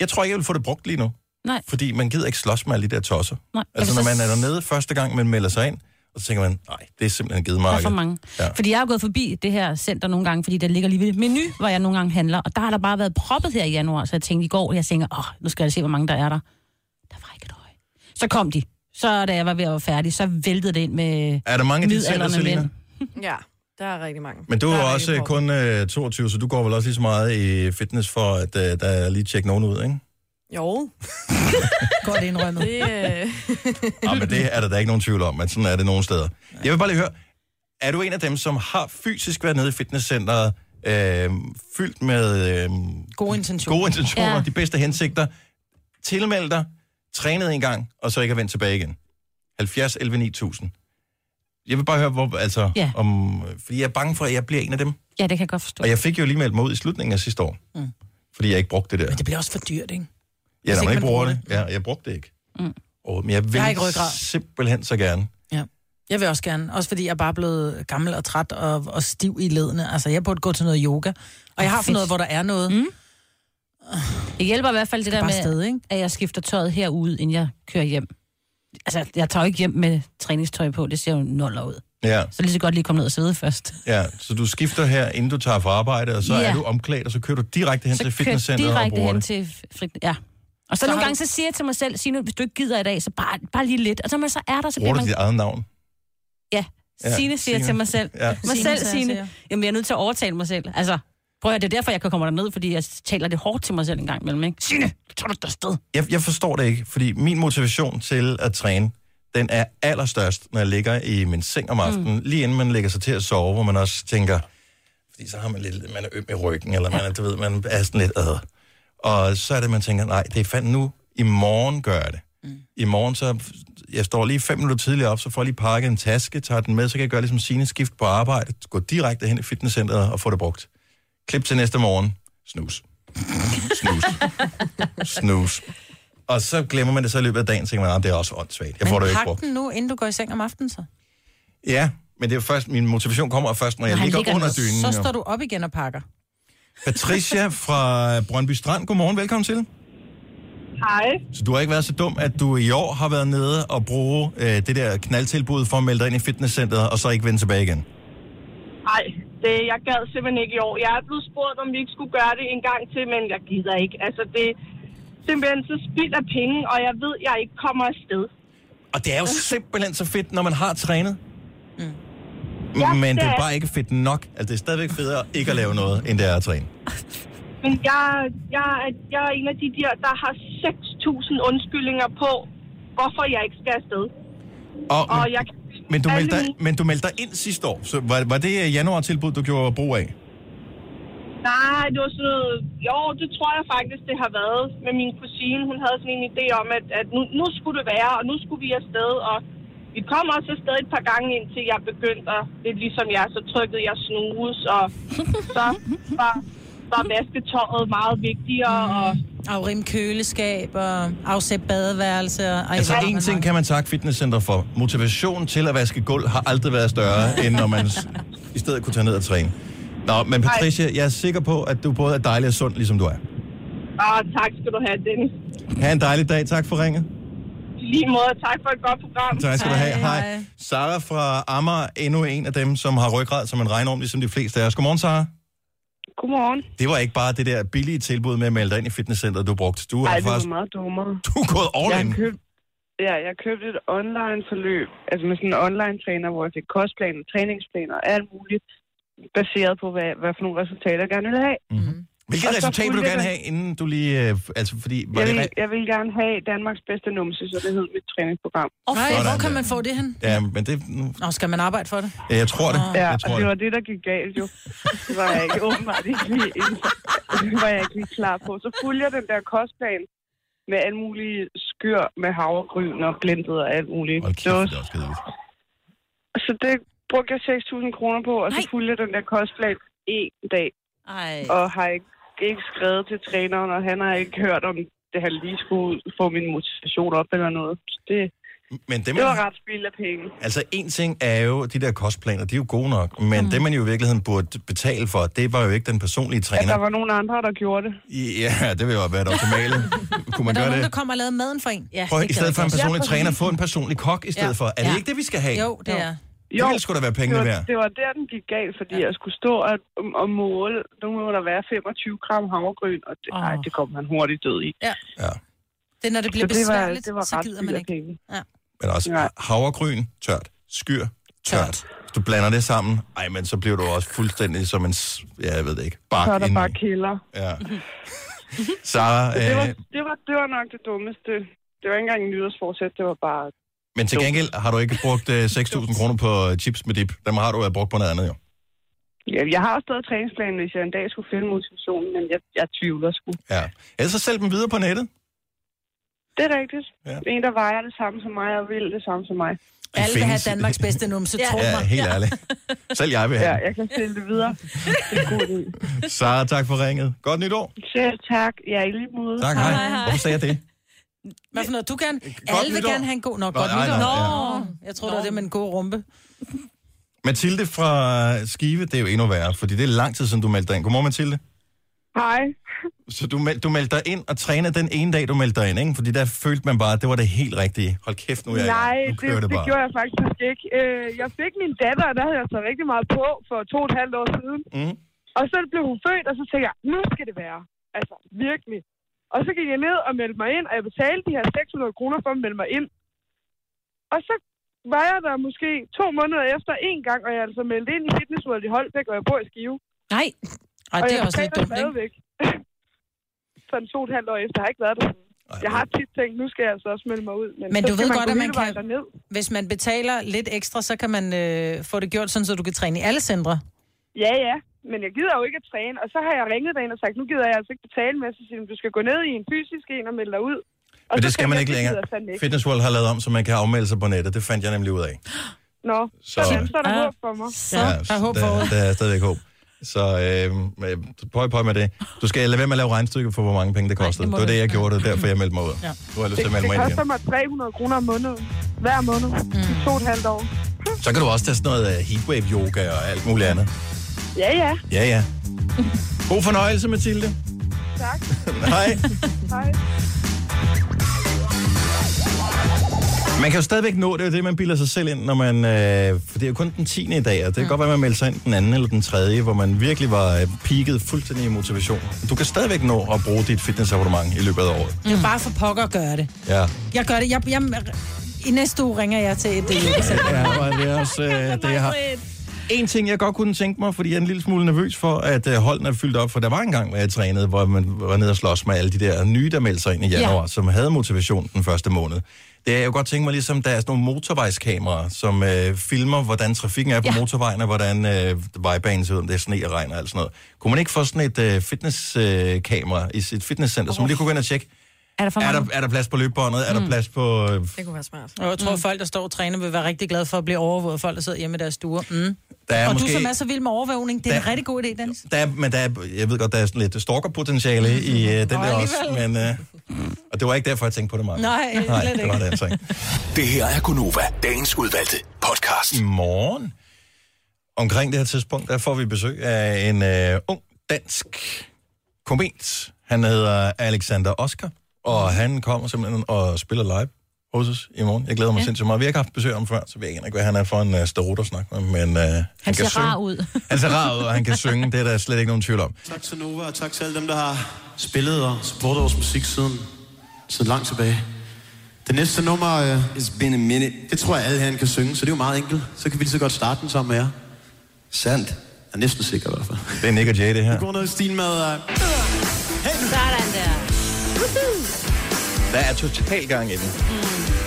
jeg tror ikke, jeg vil få det brugt lige nu.
Nej.
Fordi man gider ikke slås med alle de der tosser.
Nej.
Altså, når
Eller så-
man er dernede første gang, man melder sig ind, og så tænker man, nej, det er simpelthen givet
Der
mig.
er for mange.
Ja.
Ja. Fordi jeg er gået forbi det her center nogle gange, fordi der ligger lige ved menu, hvor jeg nogle gange handler, og der har der bare været proppet her i januar, så jeg tænkte i går, jeg tænker, åh, nu skal jeg se, hvor mange der er der. Der var ikke et øje. Så kom de. Så da jeg var ved at være færdig, så væltede det ind med
Er der mange af de center,
midaldrende
Selina?
mænd.
Ja, der er rigtig mange.
Men du
Der
er jo
rigtig
også
mange.
kun øh, 22, så du går vel også lige så meget i fitness for, at øh, der er lige tjekke nogen ud, ikke?
<laughs> Jo,
Godt indrømmet.
det... Øh...
Ja, men det er der da ikke nogen tvivl om, men sådan er det nogle steder. Jeg vil bare lige høre, er du en af dem, som har fysisk været nede i fitnesscenteret, øh, fyldt med øh,
God intention.
gode intentioner, ja.
Ja.
de bedste hensigter, tilmeldt dig, trænet en gang, og så ikke er vendt tilbage igen? 70, 11, 9000. Jeg vil bare høre, hvor, altså, ja.
Ja.
om, fordi jeg er bange for, at jeg bliver en af dem.
Ja, det kan jeg godt forstå.
Og jeg fik jo lige meldt mig ud i slutningen af sidste år, mm. fordi jeg ikke brugte det der.
Det bliver også for dyrt, ikke?
Ja, når
ikke
man ikke
man
bruger
bruger
det. Ja, jeg brugte det ikke. Mm. Og, men jeg vil
Jeg
jeg
har ikke ryggrad.
simpelthen så gerne.
Jeg vil også gerne, også fordi jeg er bare blevet gammel og træt og, og stiv i ledene. Altså, jeg burde gå til noget yoga. Og jeg har fundet
Fedt.
noget, hvor der er noget. Mm.
Det hjælper i hvert fald det der
Bare
med,
sted, ikke?
at jeg skifter tøjet herude, inden jeg kører hjem. Altså, jeg tager jo ikke hjem med træningstøj på, det ser jo noller ud.
Ja,
Så lige så godt lige komme ned og sidde først.
ja, så du skifter her, inden du tager fra arbejde, og så
Ja.
er du omklædt, og så kører du direkte hen
så
til
kører jeg
fitnesscenteret og
direkte
bruger
hen
det.
til frit... Ja. Og så, så nogle gange, så siger jeg til mig selv, sig nu, hvis du ikke gider i dag, så bare, bare lige lidt. Og så, når man så er der, så
Bruger
bliver
du
man...
dit eget navn?
Ja,
Ja,
ja. Signe siger
Signe.
til mig selv.
Ja.
Ja. Mig
Signe,
selv,
siger jeg
Signe.
til jer.
Jamen, jeg er nødt til at overtale mig selv. Altså, prøv at høre, det er derfor, jeg kan komme derned, fordi jeg taler det hårdt til mig selv en gang imellem, ikke? Signe, tager du dig sted?
Jeg, jeg forstår det ikke, fordi min motivation til at træne, den er allerstørst, når jeg ligger i min seng om aftenen, mm. lige inden man lægger sig til at sove, hvor man også tænker, fordi så har man lidt, man er øm i ryggen, eller man, er, du ved, man er sådan lidt ad. Og så er det, man tænker, nej, det er fandme nu, i morgen gør jeg det. Mm. I morgen, så jeg står lige fem minutter tidligere op, så får jeg lige pakket en taske, tager den med, så kan jeg gøre ligesom sine skift på arbejde, gå direkte hen i fitnesscenteret og få det brugt. Klip til næste morgen. <laughs> Snus. Snus. Snus. Og så glemmer man det så i løbet af dagen, tænker man, "Ah, det er også åndssvagt. Jeg får det jo ikke
pak
brugt.
den nu, inden du går i seng om aftenen, så.
Ja, men det er jo først, min motivation kommer først, når jeg
Når han
ligger,
ligger
under
ned,
dynen.
Så
jo.
står du op igen og pakker.
Patricia fra Brøndby Strand, godmorgen, velkommen til.
Hej.
Så du har ikke været så dum, at du i år har været nede og bruge øh, det der knaldtilbud for at melde dig ind i fitnesscenteret, og så ikke vende tilbage igen.
Nej, det, jeg gad simpelthen ikke i år. Jeg er blevet spurgt, om vi ikke skulle gøre det en gang til, men jeg gider ikke. Altså, det er simpelthen så spild af penge, og jeg ved, jeg ikke kommer afsted.
Og det er jo simpelthen så fedt, når man har trænet. Mm.
Ja,
Men
det
det er
er.
bare ikke fedt nok. Altså, det er stadigvæk federe ikke at lave noget, end det er at træne.
Men jeg, jeg, er- jeg er en af de der, der har 6.000 undskyldninger på, hvorfor jeg ikke skal afsted.
Og,
Og jeg,
men, du
alle
meldte dig,
mine-
men du meldte dig ind sidste år. Så var, var det øh, januartilbud, du gjorde brug af?
Nej, det var sådan noget... Jo, det tror jeg faktisk, det har været med min kusine. Hun havde sådan en idé om, at, at nu, nu skulle det være, og nu skulle vi afsted. Og vi kom også afsted et par gange, indtil jeg begyndte at... Lidt ligesom jeg, så trykkede jeg snus, og så var, var vasketøjet meget vigtigere. Og,
Afrime Mm. køleskab og afsæt badeværelse. Og, ej,
Altså,
hvor har
en
man
ting
mange-
kan man takke fitnesscenter for. Motivationen til at vaske gulv har aldrig været <laughs> større, end når man s- i stedet kunne tage ned og træne. Nå, men Patricia, jeg er sikker på, at du både er dejlig og sund, ligesom du er.
og tak skal du have, Dennis.
Ha' en dejlig dag. Tak for ringet.
I lige måde, tak for et godt program.
Tak skal du have. Hej. Sara fra Amager, endnu en af dem, som har ryggrad, som man regner om, ligesom de fleste af os. Godmorgen, Sara.
Godmorgen.
Det var ikke bare det der billige tilbud med at melde dig ind i fitnesscenteret, du brugte. Du har faktisk
meget dummere.
du er gået all in.
købte
Ja, jeg købte et online-forløb, altså med sådan en online-træner, hvor jeg fik kostplaner, træningsplaner og alt muligt, baseret på, hvad, hvad for nogle resultater jeg gerne ville have.
Mhm.
Mhm.
Hvilket
Og så
resultat vil du
fulgte
gerne
jeg-
have, inden du lige... Øh, altså, fordi... Var
Jeg
det,
vil,
re-
jeg vil gerne have Danmarks bedste numse, så det hed mit træningsprogram.
Og
Sådan
hvor kan
der.
man få det hen?
ja, men det... Nu,
Nå, skal man arbejde for det?
ja, jeg tror det.
Ja,
jeg tror
og det var det, der gik galt jo. Det var jeg ikke åbenbart ikke lige, <laughs> det var jeg ikke lige klar på. Så fulgte jeg den der kostplan med alle mulige skyr med havregryn og blindet og alt muligt. det var, så det brugte jeg 6.000 kroner på, og så fulgte jeg den der kostplan en dag.
Ej.
Og har ikke, ikke skrevet til træneren, og han har ikke hørt om det, han lige skulle få min motivation op eller noget. Så det,
Men det,
det
man-
var ret spild af penge.
Altså, en ting er jo, de der kostplaner, de er jo gode nok, men mm. det, man jo i virkeligheden burde betale for, det var jo ikke den personlige
At
træner.
der var nogen andre, der gjorde det.
Ja, det ville jo være det
<laughs>
optimale. Kunne man
Der er
gøre
nogen, der
det?
kommer og laver maden for en. Ja,
Prøv, I stedet for en personlig
Ja,
træner,
præcis.
få en personlig kok i stedet
Ja.
ja. for. Er det
Ja.
ikke det, vi skal have?
Jo, det er.
Det ville sgu da være pengene
det var,
værd.
det var der, den gik galt, fordi ja. jeg skulle stå og, og måle. Nu må der være 25 gram havregryn, og det, oh. ej, det kom man hurtigt død i.
Ja.
ja.
Det er, når det bliver
Så det var-
besværligt,
det var
så
ret
gider man
dyre
ikke. Ja.
Men også ja. havregryn, tørt. Skyr, tørt. Hvis du blander det sammen, ej, men så bliver du også fuldstændig som en, s- ja, jeg ved det ikke,
Så er
bak
der
ind.
bare kilder.
Ja. Sarah,
Så det, var,
øh,
det, var, det var nok det dummeste. Det var ikke engang en nytårsforsæt, det var bare...
men til gengæld har du ikke brugt øh, 6.000 kroner på øh, chips med dip. Dem har du øh, brugt på noget andet, jo.
Ja, jeg har også stadig træningsplanen, hvis jeg en dag skulle finde motivationen, men jeg, jeg tvivler sgu.
Ja. Ellers så sælg dem videre på nettet.
Det er rigtigt. Ja. En, der vejer det samme som mig og vil det samme som mig.
Alle vil have Danmarks bedste numse,
Ja.
tro mig.
Ja, helt ærligt. Selv jeg vil have
Ja,
ja,
jeg kan stille det videre. Det er en god idé.
ja. Sara, tak for ringet. Godt nytår.
Selv tak. Ja, i lige måde.
Tak, hej. Hvorfor sagde jeg det?
Hvad for noget? Du gerne... Alle vil
nytår.
gerne have en god... Nå,
Nå,
godt
nej,
nytår.
nej,
Nå, jeg tror, det var det med en god rumpe.
Mathilde fra Skive, det er jo endnu værre, fordi det er lang tid siden, du meldte dig ind. Godmorgen, Mathilde.
Hej.
Så du, meld, du meldte dig ind og trænede den ene dag, du meldte dig ind, ikke? Fordi der følte man bare, at det var det helt rigtige. Hold kæft, nu er jeg i gang.
Nej,
nu
det,
kører
det,
det,
det
bare.
gjorde jeg faktisk ikke. Øh, jeg fik min datter, og der havde jeg så rigtig meget på for to og et halvt år siden.
Mm.
Og så blev hun født, og så tænkte jeg, nu skal det være. Altså, virkelig. Og så gik jeg ned og meldte mig ind, og jeg betalte de her 600 kroner for at melde mig ind. Og så var jeg der måske to måneder efter en gang, og jeg er altså meldt ind i fitnessrådet i Holbæk, og jeg bor i Skive.
Nej. Ej, det er også lidt dumt, ikke?
ikke? Sådan to og et halvt år efter. Jeg har ikke været der siden. Jeg har tit tænkt, nu skal jeg altså også melde mig ud. Men,
Men
så
du
skal
ved godt,
gå
at man
hele vejen
kan... Hvis man betaler lidt ekstra, så kan man øh, få det gjort sådan, så du kan træne i alle centre.
Ja, ja. Men jeg gider jo ikke at træne. Og så har jeg ringet derind og sagt, nu gider jeg altså ikke betale med. Så siger de, du skal gå ned i en fysisk en og melde dig ud. Og
Men
så
det skal
tænker
man
jeg,
ikke
det
længere.
gider jeg fandme ikke.
Fitness World har lavet om, så man kan afmelde sig på nettet. Det fandt jeg nemlig ud af.
Nå, så,
Så-
så er der håb for mig.
Ah, Så, der er håb
der,
forude.
der er stadigvæk håb. Så øh, øh, pøj, pøj med det. Du skal lade være med at lave regnestykke for, hvor mange penge det kostede.
det
Det,
må
det var
du
det, jeg
ikke.
gjorde. Det er derfor, jeg meldte mig ud. Ja. Nu har jeg lyst
Det,
til at melde
det
mig ind igen.
koster mig 300 kroner om måneden. Hver måned. Mm. To og et halvt år.
Så kan du også tage sådan noget øh, heatwave yoga og alt muligt andet.
Ja, ja.
Ja, ja. God fornøjelse, Mathilde. <laughs>
Tak.
Hej.
Hej.
Man kan jo stadigvæk nå det, det er jo det, man bilder sig selv ind, når man... Øh, for det er jo kun den 10. i dag, og det kan godt være, man melder sig ind den anden eller den tredje, hvor man virkelig var øh, peaked fuldstændig i motivation. Du kan stadigvæk nå at bruge dit fitnessabonnement i løbet af året.
Det er
Mm.
jo bare for pokker at gøre det.
Ja.
Jeg gør det. Jeg, jeg, I næste uge ringer jeg til et... øh,
<laughs> ja, og det er også øh, det, jeg har. En ting, jeg godt kunne tænke mig, fordi jeg er en lille smule nervøs for, at øh, holdene er fyldt op, for der var en gang, hvor jeg trænede, hvor man var nede og slås med alle de der nye, der meldte sig ind i januar,
Ja.
ja. som havde motivation den første måned. Det er jeg godt tænke mig, ligesom der er sådan nogle motorvejskameraer, som øh, filmer, hvordan trafikken er på ja. motorvejen, og hvordan øh, vejbanen ser ud, om det er sne og regn og alt sådan noget. Kunne man ikke få sådan et øh, fitnesskamera øh, kamera i sit fitnesscenter, oh. så man lige kunne gå ind og tjekke,
Er der for
er der,
mange?
er der plads på løbebåndet, er der plads på... Øh,
Det kunne være smart. Og jeg tror, mm. folk, der står og træner, vil være rigtig glade for at blive overvåget. af Folk, der sidder hjemme i deres stuer. Mm.
Der er
og
måske-
du, som er så vild med overvågning, det er en rigtig god idé, Dennis.
Der er, men der er, jeg ved godt, der er sådan lidt stalkerpotentiale i øh, den
Nå,
der også.
alligevel.
Men, øh, og det var ikke derfor, jeg tænkte på det meget.
Nej,
Nej
slet
det var
ikke.
det, altså ikke. Det her er Gunova, dagens udvalgte podcast. I morgen, omkring det her tidspunkt, der får vi besøg af en øh, ung dansk komet. Han hedder Alexander Oscar,
Mm.
og han kommer simpelthen og spiller live hos os i morgen. Jeg glæder mig ja. sindssygt meget. Vi har ikke haft besøg om før, så vi ved ikke, hvad han er for en uh, starot at snakke med, men uh, han,
Han
kan
ser
synge.
rar ud.
Han ser Altså, rar ud, og han kan synge. Det er der slet ikke nogen tvivl om.
Tak til Nova, og tak til alle dem, der har spillet og supportet vores musik siden, siden langt tilbage.
Det næste nummer... Øh, It's been a minute. Det tror jeg, alle herinde kan synge, så det er jo meget enkelt. Så kan vi lige så godt starte den sammen med jer. Sandt. Jeg er næsten sikker i hvert fald.
Det er Nick og Jay, det her.
Det går noget i stil med... Øh,
Sådan der.
Der er total gang i den.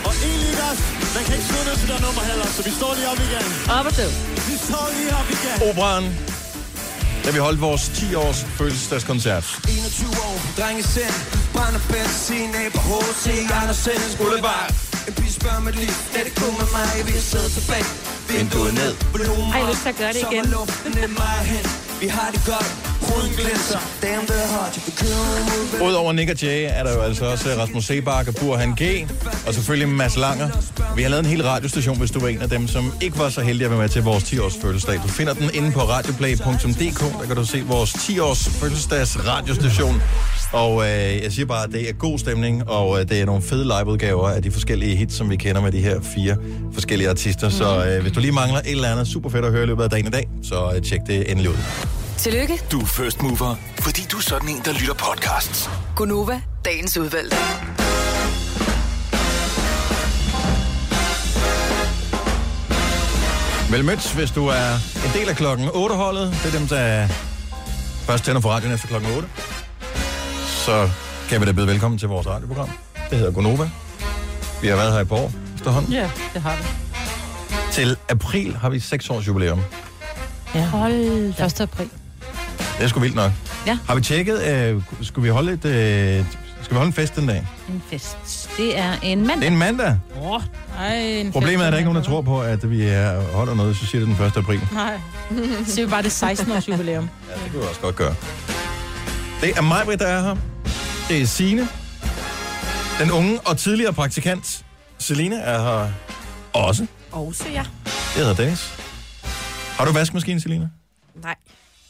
Og egentlig også, man kan ikke slutte til der nummer heller, så vi står lige op igen.
Op og død.
Vi står lige op igen.
Operan. Da vi holdt vores 10-års fødselsdagskoncert.
21 år, drenge sind Brænder benzin af på H.C. Andersens Boulevard En pige spørger mit liv, er det kun med mig? Vi sidder tilbage, vinduet ned Volumen
Ej, jeg har lyst til at gøre det igen.
Sommerluften er mig hen Vi har det godt, huden glinser Damn, det er hot, jeg bekymrer mod
Udover Nick og Jay er der jo altså også Rasmus Sebak og Burhan G. Og selvfølgelig Mads Langer. Vi har lavet en hel radiostation, hvis du var en af dem, som ikke var så heldig at være med til vores 10-års fødselsdag. Du finder den inde på radioplay.dk. Der kan du se vores 10-års fødselsdags radiostation. Og øh, jeg siger bare, at det er god stemning, og øh, det er nogle fede liveudgaver af de forskellige hits, som vi kender med de her fire forskellige artister.
Mm.
Så øh, hvis du lige mangler et eller andet super fedt at høre i løbet af dagen i dag, så øh, tjek det endelig ud.
Tillykke,
Du er first mover, fordi du er sådan en, der lytter podcasts.
Gunova, dagens udvalgte.
Vel mødt, hvis du er en del af klokken 8-holdet. Det er dem, der først tænder for radioen efter klokken 8. Så kan vi da byde velkommen til vores radioprogram. Det hedder Gonova. Vi har været her i på år efterhånden.
Ja, det har vi.
Til april har vi 6 års jubilæum.
Ja. Hold da. 1. april.
Det er sgu vildt nok.
Ja.
Har vi tjekket, øh, skulle vi holde et, øh, skal vi holde en fest den dag?
En fest. Det er en mand.
Det er en mandag.
Åh, oh, en
Problemet er, at der
fest.
ikke er nogen, der tror på, at vi er, holder noget, så siger det den 1. april.
Nej. <laughs> Så er vi bare det 16 års jubilæum.
Det kunne vi også godt gøre. Det er mig, der er her. Det er Sine. Den unge og tidligere praktikant, Selina, er her også.
Og så ja.
Jeg hedder Dennis. Har du vaskemaskinen, Selina?
Nej,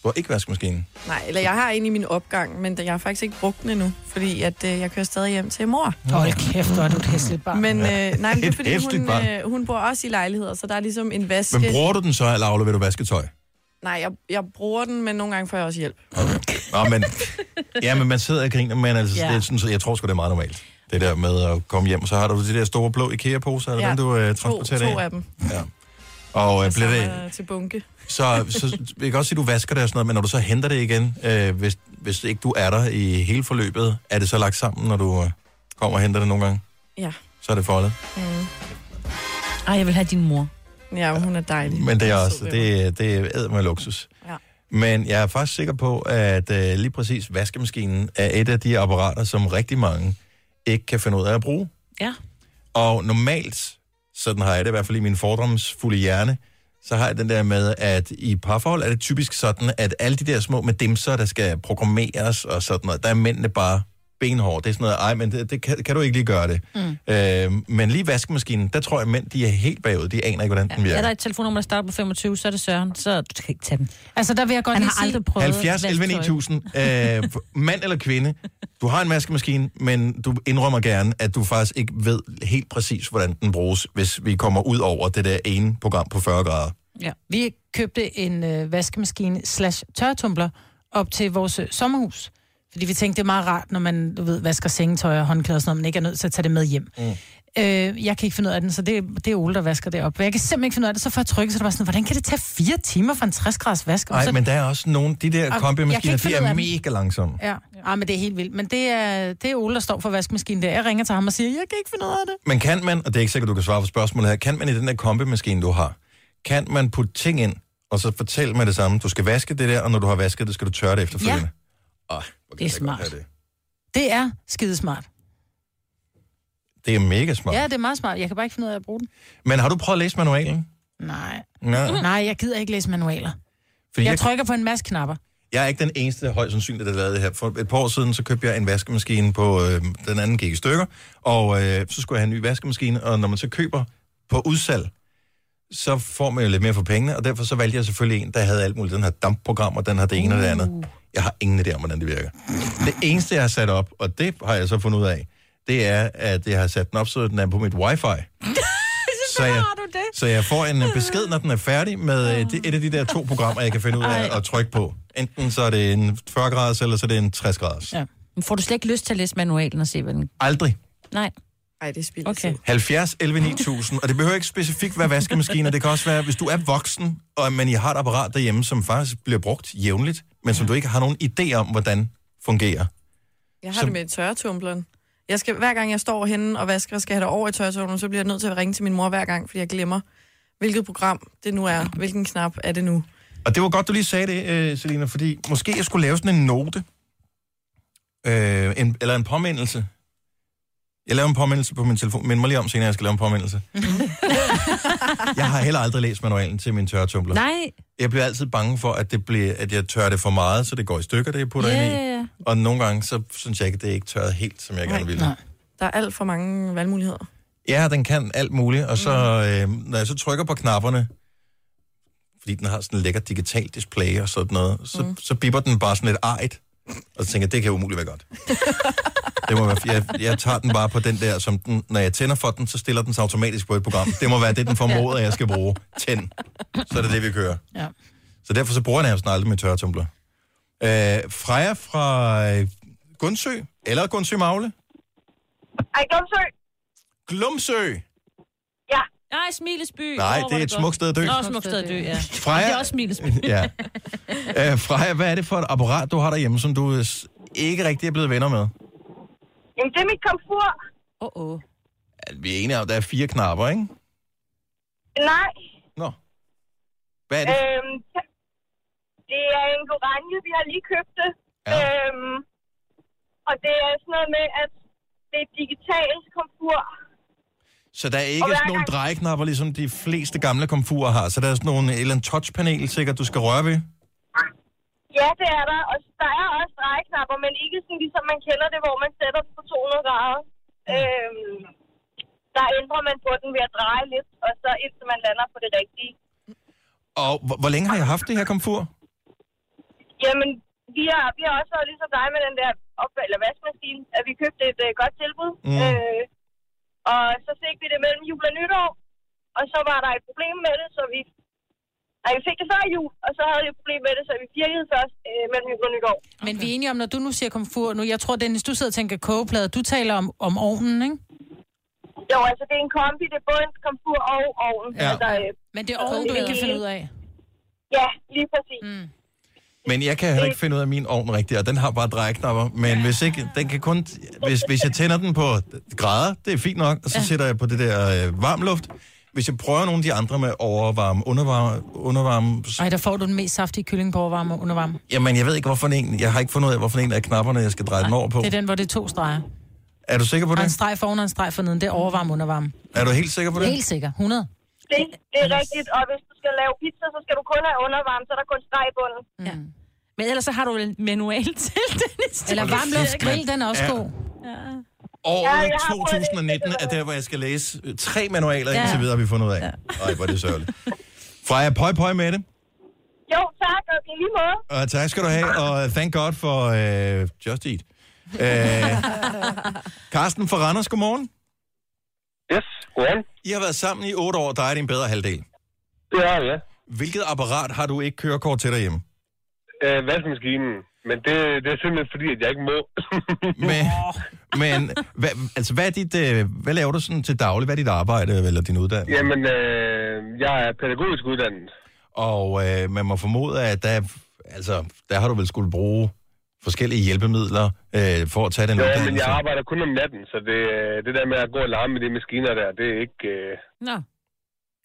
Du har ikke vaskemaskinen.
nej. Eller jeg har en i min opgang, men jeg har faktisk ikke brugt den endnu, fordi at, øh, jeg kører stadig hjem til mor.
Hold kæft, hvor er du et hæsligt barn.
Men,
Ja.
øh, nej, men det er
Et
fordi,
hæsligt
hun,
barn.
øh, hun bor også i lejligheder, så der er ligesom en vaske.
Men bruger du den så, eller afleverer du vasketøj?
Nej, jeg, jeg bruger den, men nogle gange får jeg også hjælp.
Nå, men, ja, men man sidder og griner, men altså,
Ja.
ja. det er sådan, så jeg tror sgu, det er meget normalt. Det der med at komme hjem, så har du de der store blå IKEA-poser, eller ja. dem, du øh,
to,
transporterer
to
af.
af dem.
Ja. Og øh, bliver det,
Øh, til bunke.
så, så vil jeg godt sige, at du vasker det og sådan noget, men når du så henter det igen, øh, hvis, hvis ikke du er der i hele forløbet, er det så lagt sammen, når du øh, kommer og henter det nogle gange?
<laughs> Ja.
Så er det foldet.
Mm.
Ej, jeg vil have din mor.
Ja, hun er dejlig.
Men det er også, det, det er æd med luksus.
Ja.
Men jeg er faktisk sikker på, at øh, lige præcis vaskemaskinen er et af de apparater, som rigtig mange ikke kan finde ud af at bruge.
Ja.
Og normalt, sådan har jeg det i hvert fald i min fordomsfulde hjerne, så har jeg den der med, at i parforhold er det typisk sådan, at alle de der små med dimser, der skal programmeres og sådan noget, der er mændene bare benhårde. Det er sådan noget, ej, men det, det kan, kan du ikke lige gøre det. Mm. Øh, men lige vaskemaskinen, der tror jeg, at mænd, de er helt bagud. De aner ikke, hvordan den
Ja. Er
virker.
der et telefonnummer, der starter på 25, så er det Søren, så du skal ikke tage den.
Altså, der vil jeg godt
Han
lige
har
sige-
aldrig prøvet
70, 11,
vasketøj.
9000. Øh, mand eller kvinde, du har en vaskemaskine, men du indrømmer gerne, at du faktisk ikke ved helt præcis, hvordan den bruges, hvis vi kommer ud over det der ene program på 40 grader.
Ja. Vi købte en øh, vaskemaskine slash tørretumbler op til vores øh, sommerhus. Fordi vi tænkte, det er meget rart, når man, du ved, vasker sengetøj og håndklæder og sådan noget, man ikke er nødt til at tage det med hjem.
<laughs>
Mm. Øh, jeg kan ikke finde ud af den, så det, det er Ole, der vasker det op. Jeg kan simpelthen ikke finde ud af det, så får jeg trykket, så det var sådan, hvordan kan det tage fire timer for en 60 graders vask? Og
Nej,
så,
men der er også nogle, de
Og
der
jeg kan
kombimaskiner,
ikke
de
finde ud
er
af dem.
mega langsomme.
Ja. ja, men det er helt vildt. Men det er, det er Ole, der står for vaskemaskinen der. Jeg ringer til ham og siger, jeg kan ikke finde ud af det.
Men kan man, og det er ikke sikkert, du kan svare på spørgsmålet her, kan man i den der kombimaskine, du har, kan man putte ting ind, og så fortælle med det samme, du skal vaske det der, og når du har vasket det, skal du tørre det efterfølgende. Ja. Oh,
Det er smart.
det.
Det er skidesmart.
det er mega smart.
Ja,
Ja.
det er meget smart. Jeg kan bare ikke finde ud af at bruge den.
Men har du prøvet at læse manualen?
Nej.
Nej.
Nej, jeg gider ikke læse manualer.
Fordi
jeg,
jeg-
jeg trykker på en masse knapper.
Jeg er ikke den eneste, der højst sandsynligt der lavede det her. For et par år siden, så købte jeg en vaskemaskine på, øh, den anden gik i stykker, og øh, så skulle jeg have en ny vaskemaskine, og når man så køber på udsalg, så får man jo lidt mere for pengene, og derfor så valgte jeg selvfølgelig en, der havde alt muligt. Den her dampprogram, og den her det ene og det andet. Jeg har ingen idé om, hvordan det virker. Det eneste, jeg har sat op, og det har jeg så fundet ud af, det er, at jeg har sat den op, så den er på mit wifi. Så jeg, så jeg får en øh, besked, når den er færdig, med øh, det- et af de der to programmer, jeg kan finde ud af at trykke på. Enten så er det en 40-graders, eller så er det en 60-graders.
Ja.
Men får du slet ikke lyst til at læse manualen og se, hvad den...
Aldrig.
Nej.
Ej, det er spild okay.
70 11 9000, og det behøver ikke specifikt være vaskemaskiner, det kan også være, hvis du er voksen, og man I har et apparat derhjemme, som faktisk bliver brugt jævnligt, men som du ikke har nogen idé om, hvordan fungerer.
Jeg har
Så-
det med tørretumbleren. Jeg skal, hver gang jeg står henne og vasker og skal have det over i tørretumbleren, så bliver jeg nødt til at ringe til min mor hver gang, fordi jeg glemmer, hvilket program det nu er. Hvilken knap er det nu?
Og det var godt, du lige sagde det, øh, Selina, fordi måske jeg skulle lave sådan en note, øh, en, eller en påmindelse. Jeg laver en påmindelse på min telefon. Mind mig lige om senere, jeg skal lave en påmindelse. <laughs> jeg har heller aldrig læst manualen til min tørretumbler.
Nej.
Jeg bliver altid bange for, at, det bliver, at jeg tør det for meget, så det går i stykker, det jeg putter
Ja,
ind i.
ja, ja.
Og nogle gange, så synes jeg ikke, at det er ikke tørret helt, som jeg gerne ville.
Der er alt for mange valgmuligheder.
Ja, den kan alt muligt, og så, øh, når jeg så trykker på knapperne, fordi den har sådan en lækker digital display og sådan noget, så, mm. så bipper den bare sådan lidt ejet, og så tænker jeg, det kan umuligt være godt. det må være, jeg, jeg tager den bare på den der, som den, når jeg tænder for den, så stiller den sig automatisk på et program. Det må være det, den formoder, jeg skal bruge. Tænd. Så er det det, vi kører.
Ja.
Så derfor så bruger jeg nærmest aldrig min tørretumbler. Øh, Freja fra øh, Gundsø, eller Gundsø Magle.
Ej, Glumsø.
Glumsø!
Ja.
Nej, Smilesby.
Nej,
Åh, hvor
det er et
godt.
smukt sted at dø.
Nå, et smukt sted at dø, ja.
Freja-
Det er også Smilesby.
ja. <laughs> Øh, Freja, hvad er det for et apparat, du har derhjemme, som du øh, s- ikke rigtig er blevet venner med?
Jamen, det er mit komfur.
Åh, oh, åh. Oh.
Altså, Vi er enige om, at der er fire knapper, ikke?
Nej.
Nå. Hvad er det?
Øhm, det er en goranje, vi har lige købt det. Ja. Øhm, og det er sådan noget med, at det er et digitalt komfur.
Så der er ikke
og hver
sådan nogle
gang-
drejeknapper, ligesom de fleste gamle komfurer har. Så der er sådan nogle, et eller andet touchpanel, sikkert, du skal røre ved.
Ja, det er der. Og der er også drejeknapper, men ikke sådan ligesom man kender det, hvor man sætter den på 200 grader. Øhm, der ændrer man på den ved at dreje lidt, og så indtil man lander på det rigtige.
Og hvor, hvor længe har jeg haft det her komfur?
Jamen, vi har, vi har også været ligesom dig med den der opfald- eller vaskemaskine, at vi købte et øh, godt tilbud.
Mm.
Øh, og så fik vi det mellem jul og nytår, og så var der et problem med det, så vi... Nej, vi fik det før jul, og så havde vi et problem med det, så vi virkede først øh, mellem jul og nytår.
Men vi er enige om, når du nu siger komfur, nu, jeg tror, Dennis, du sidder og tænker kogeplade, du taler om, om ovnen, ikke?
Jo, altså det er en kombi, det er både en komfur og ovn.
Ja.
Altså,
Men det er ovnen, du ikke kan finde ud af.
Ja, lige præcis. Mm.
Men jeg kan heller ikke finde ud af min ovn rigtigt, og den har bare drejeknapper. Men hvis ikke, den kan kun... Hvis, hvis jeg tænder den på grader, det er fint nok, og så ja. sætter jeg på det der øh, varmluft. Hvis jeg prøver nogle af de andre med overvarme, undervarme, undervarme...
Ej, der får du den mest saftige kylling på overvarme og undervarme.
Jamen, jeg ved ikke, hvorfor en... Jeg har ikke fundet ud af, hvorfor en af knapperne, jeg skal dreje den over på.
Det er den, hvor det er to streger.
Er du sikker på
Og en
det?
streg foran og en streg forneden, det er overvarme og undervarme.
Er du helt sikker på det?
Helt sikker, 100.
Det, det er rigtigt, og hvis du skal lave pizza, så skal du kun have undervarme, så er der kun streg i bunden.
Mm.
Ja. <laughs> Men ellers så har du en manual <laughs> til, Dennis.
Eller varmluftsgrill, den er også
Ja.
god.
Året
Ja, jeg har prøvet
2019 er der, hvor jeg skal læse øh, tre manualer
Ja.
ja. indtil videre, har vi fundet ud af. Ja. Ej, hvor er det sørgeligt. Freja, pøj pøj med det.
Jo, tak, og i lige måde.
Og tak skal du have, og thank God for øh, Just Eat. Øh,
<laughs>
Karsten fra Randers, godmorgen.
Yes, godmorgen.
I har været sammen i otte år, dig er din bedre halvdel.
Det har jeg.
Hvilket apparat har du ikke kørekort til derhjemme?
Øh, vaskemaskinen. Men det, det er simpelthen fordi, at jeg ikke må.
Men, men hvad, altså, hvad, er dit, øh, hvad laver du sådan til daglig? Hvad er dit arbejde eller din uddannelse?
Jamen, øh, jeg er pædagogisk uddannet.
Og øh, man må formode, at der, altså, der har du vel skulle bruge forskellige hjælpemidler øh, for at tage den
Ja,
uddannelse.
men jeg arbejder kun om natten, så det, øh, det der med at gå og larme med de maskiner der, det er ikke... Øh,
Nå.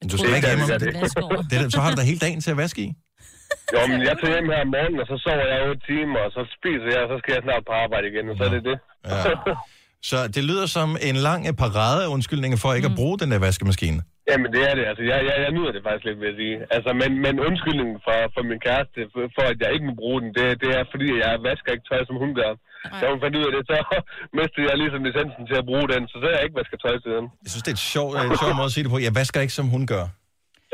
Men du skal ikke hjemme om
det.
det. det. er- Så har du da hele dagen til at vaske i.
jo, men jeg tager hjem her om morgenen, og så sover jeg 8 timer, og så spiser jeg, og så skal jeg snart på arbejde igen, og så er det det.
Ja. Så det lyder som en lang øh, parade af undskyldninger for
Mm.
ikke at bruge den der vaskemaskine.
Jamen, det er det. Altså, jeg, jeg, jeg nyder det faktisk lidt, vil jeg sige. Altså, men, men undskyldningen for, for min kæreste, for, for, at jeg ikke må bruge den, det, det er, fordi jeg vasker ikke tøj, som hun gør. Da hun fandt ud af det, så <laughs> mistede jeg ligesom licensen til at bruge den, så så har jeg ikke vasket tøj siden.
Jeg synes, det er et sjov, øh,
<laughs>
sjov måde at sige det på. Jeg vasker ikke, som hun gør.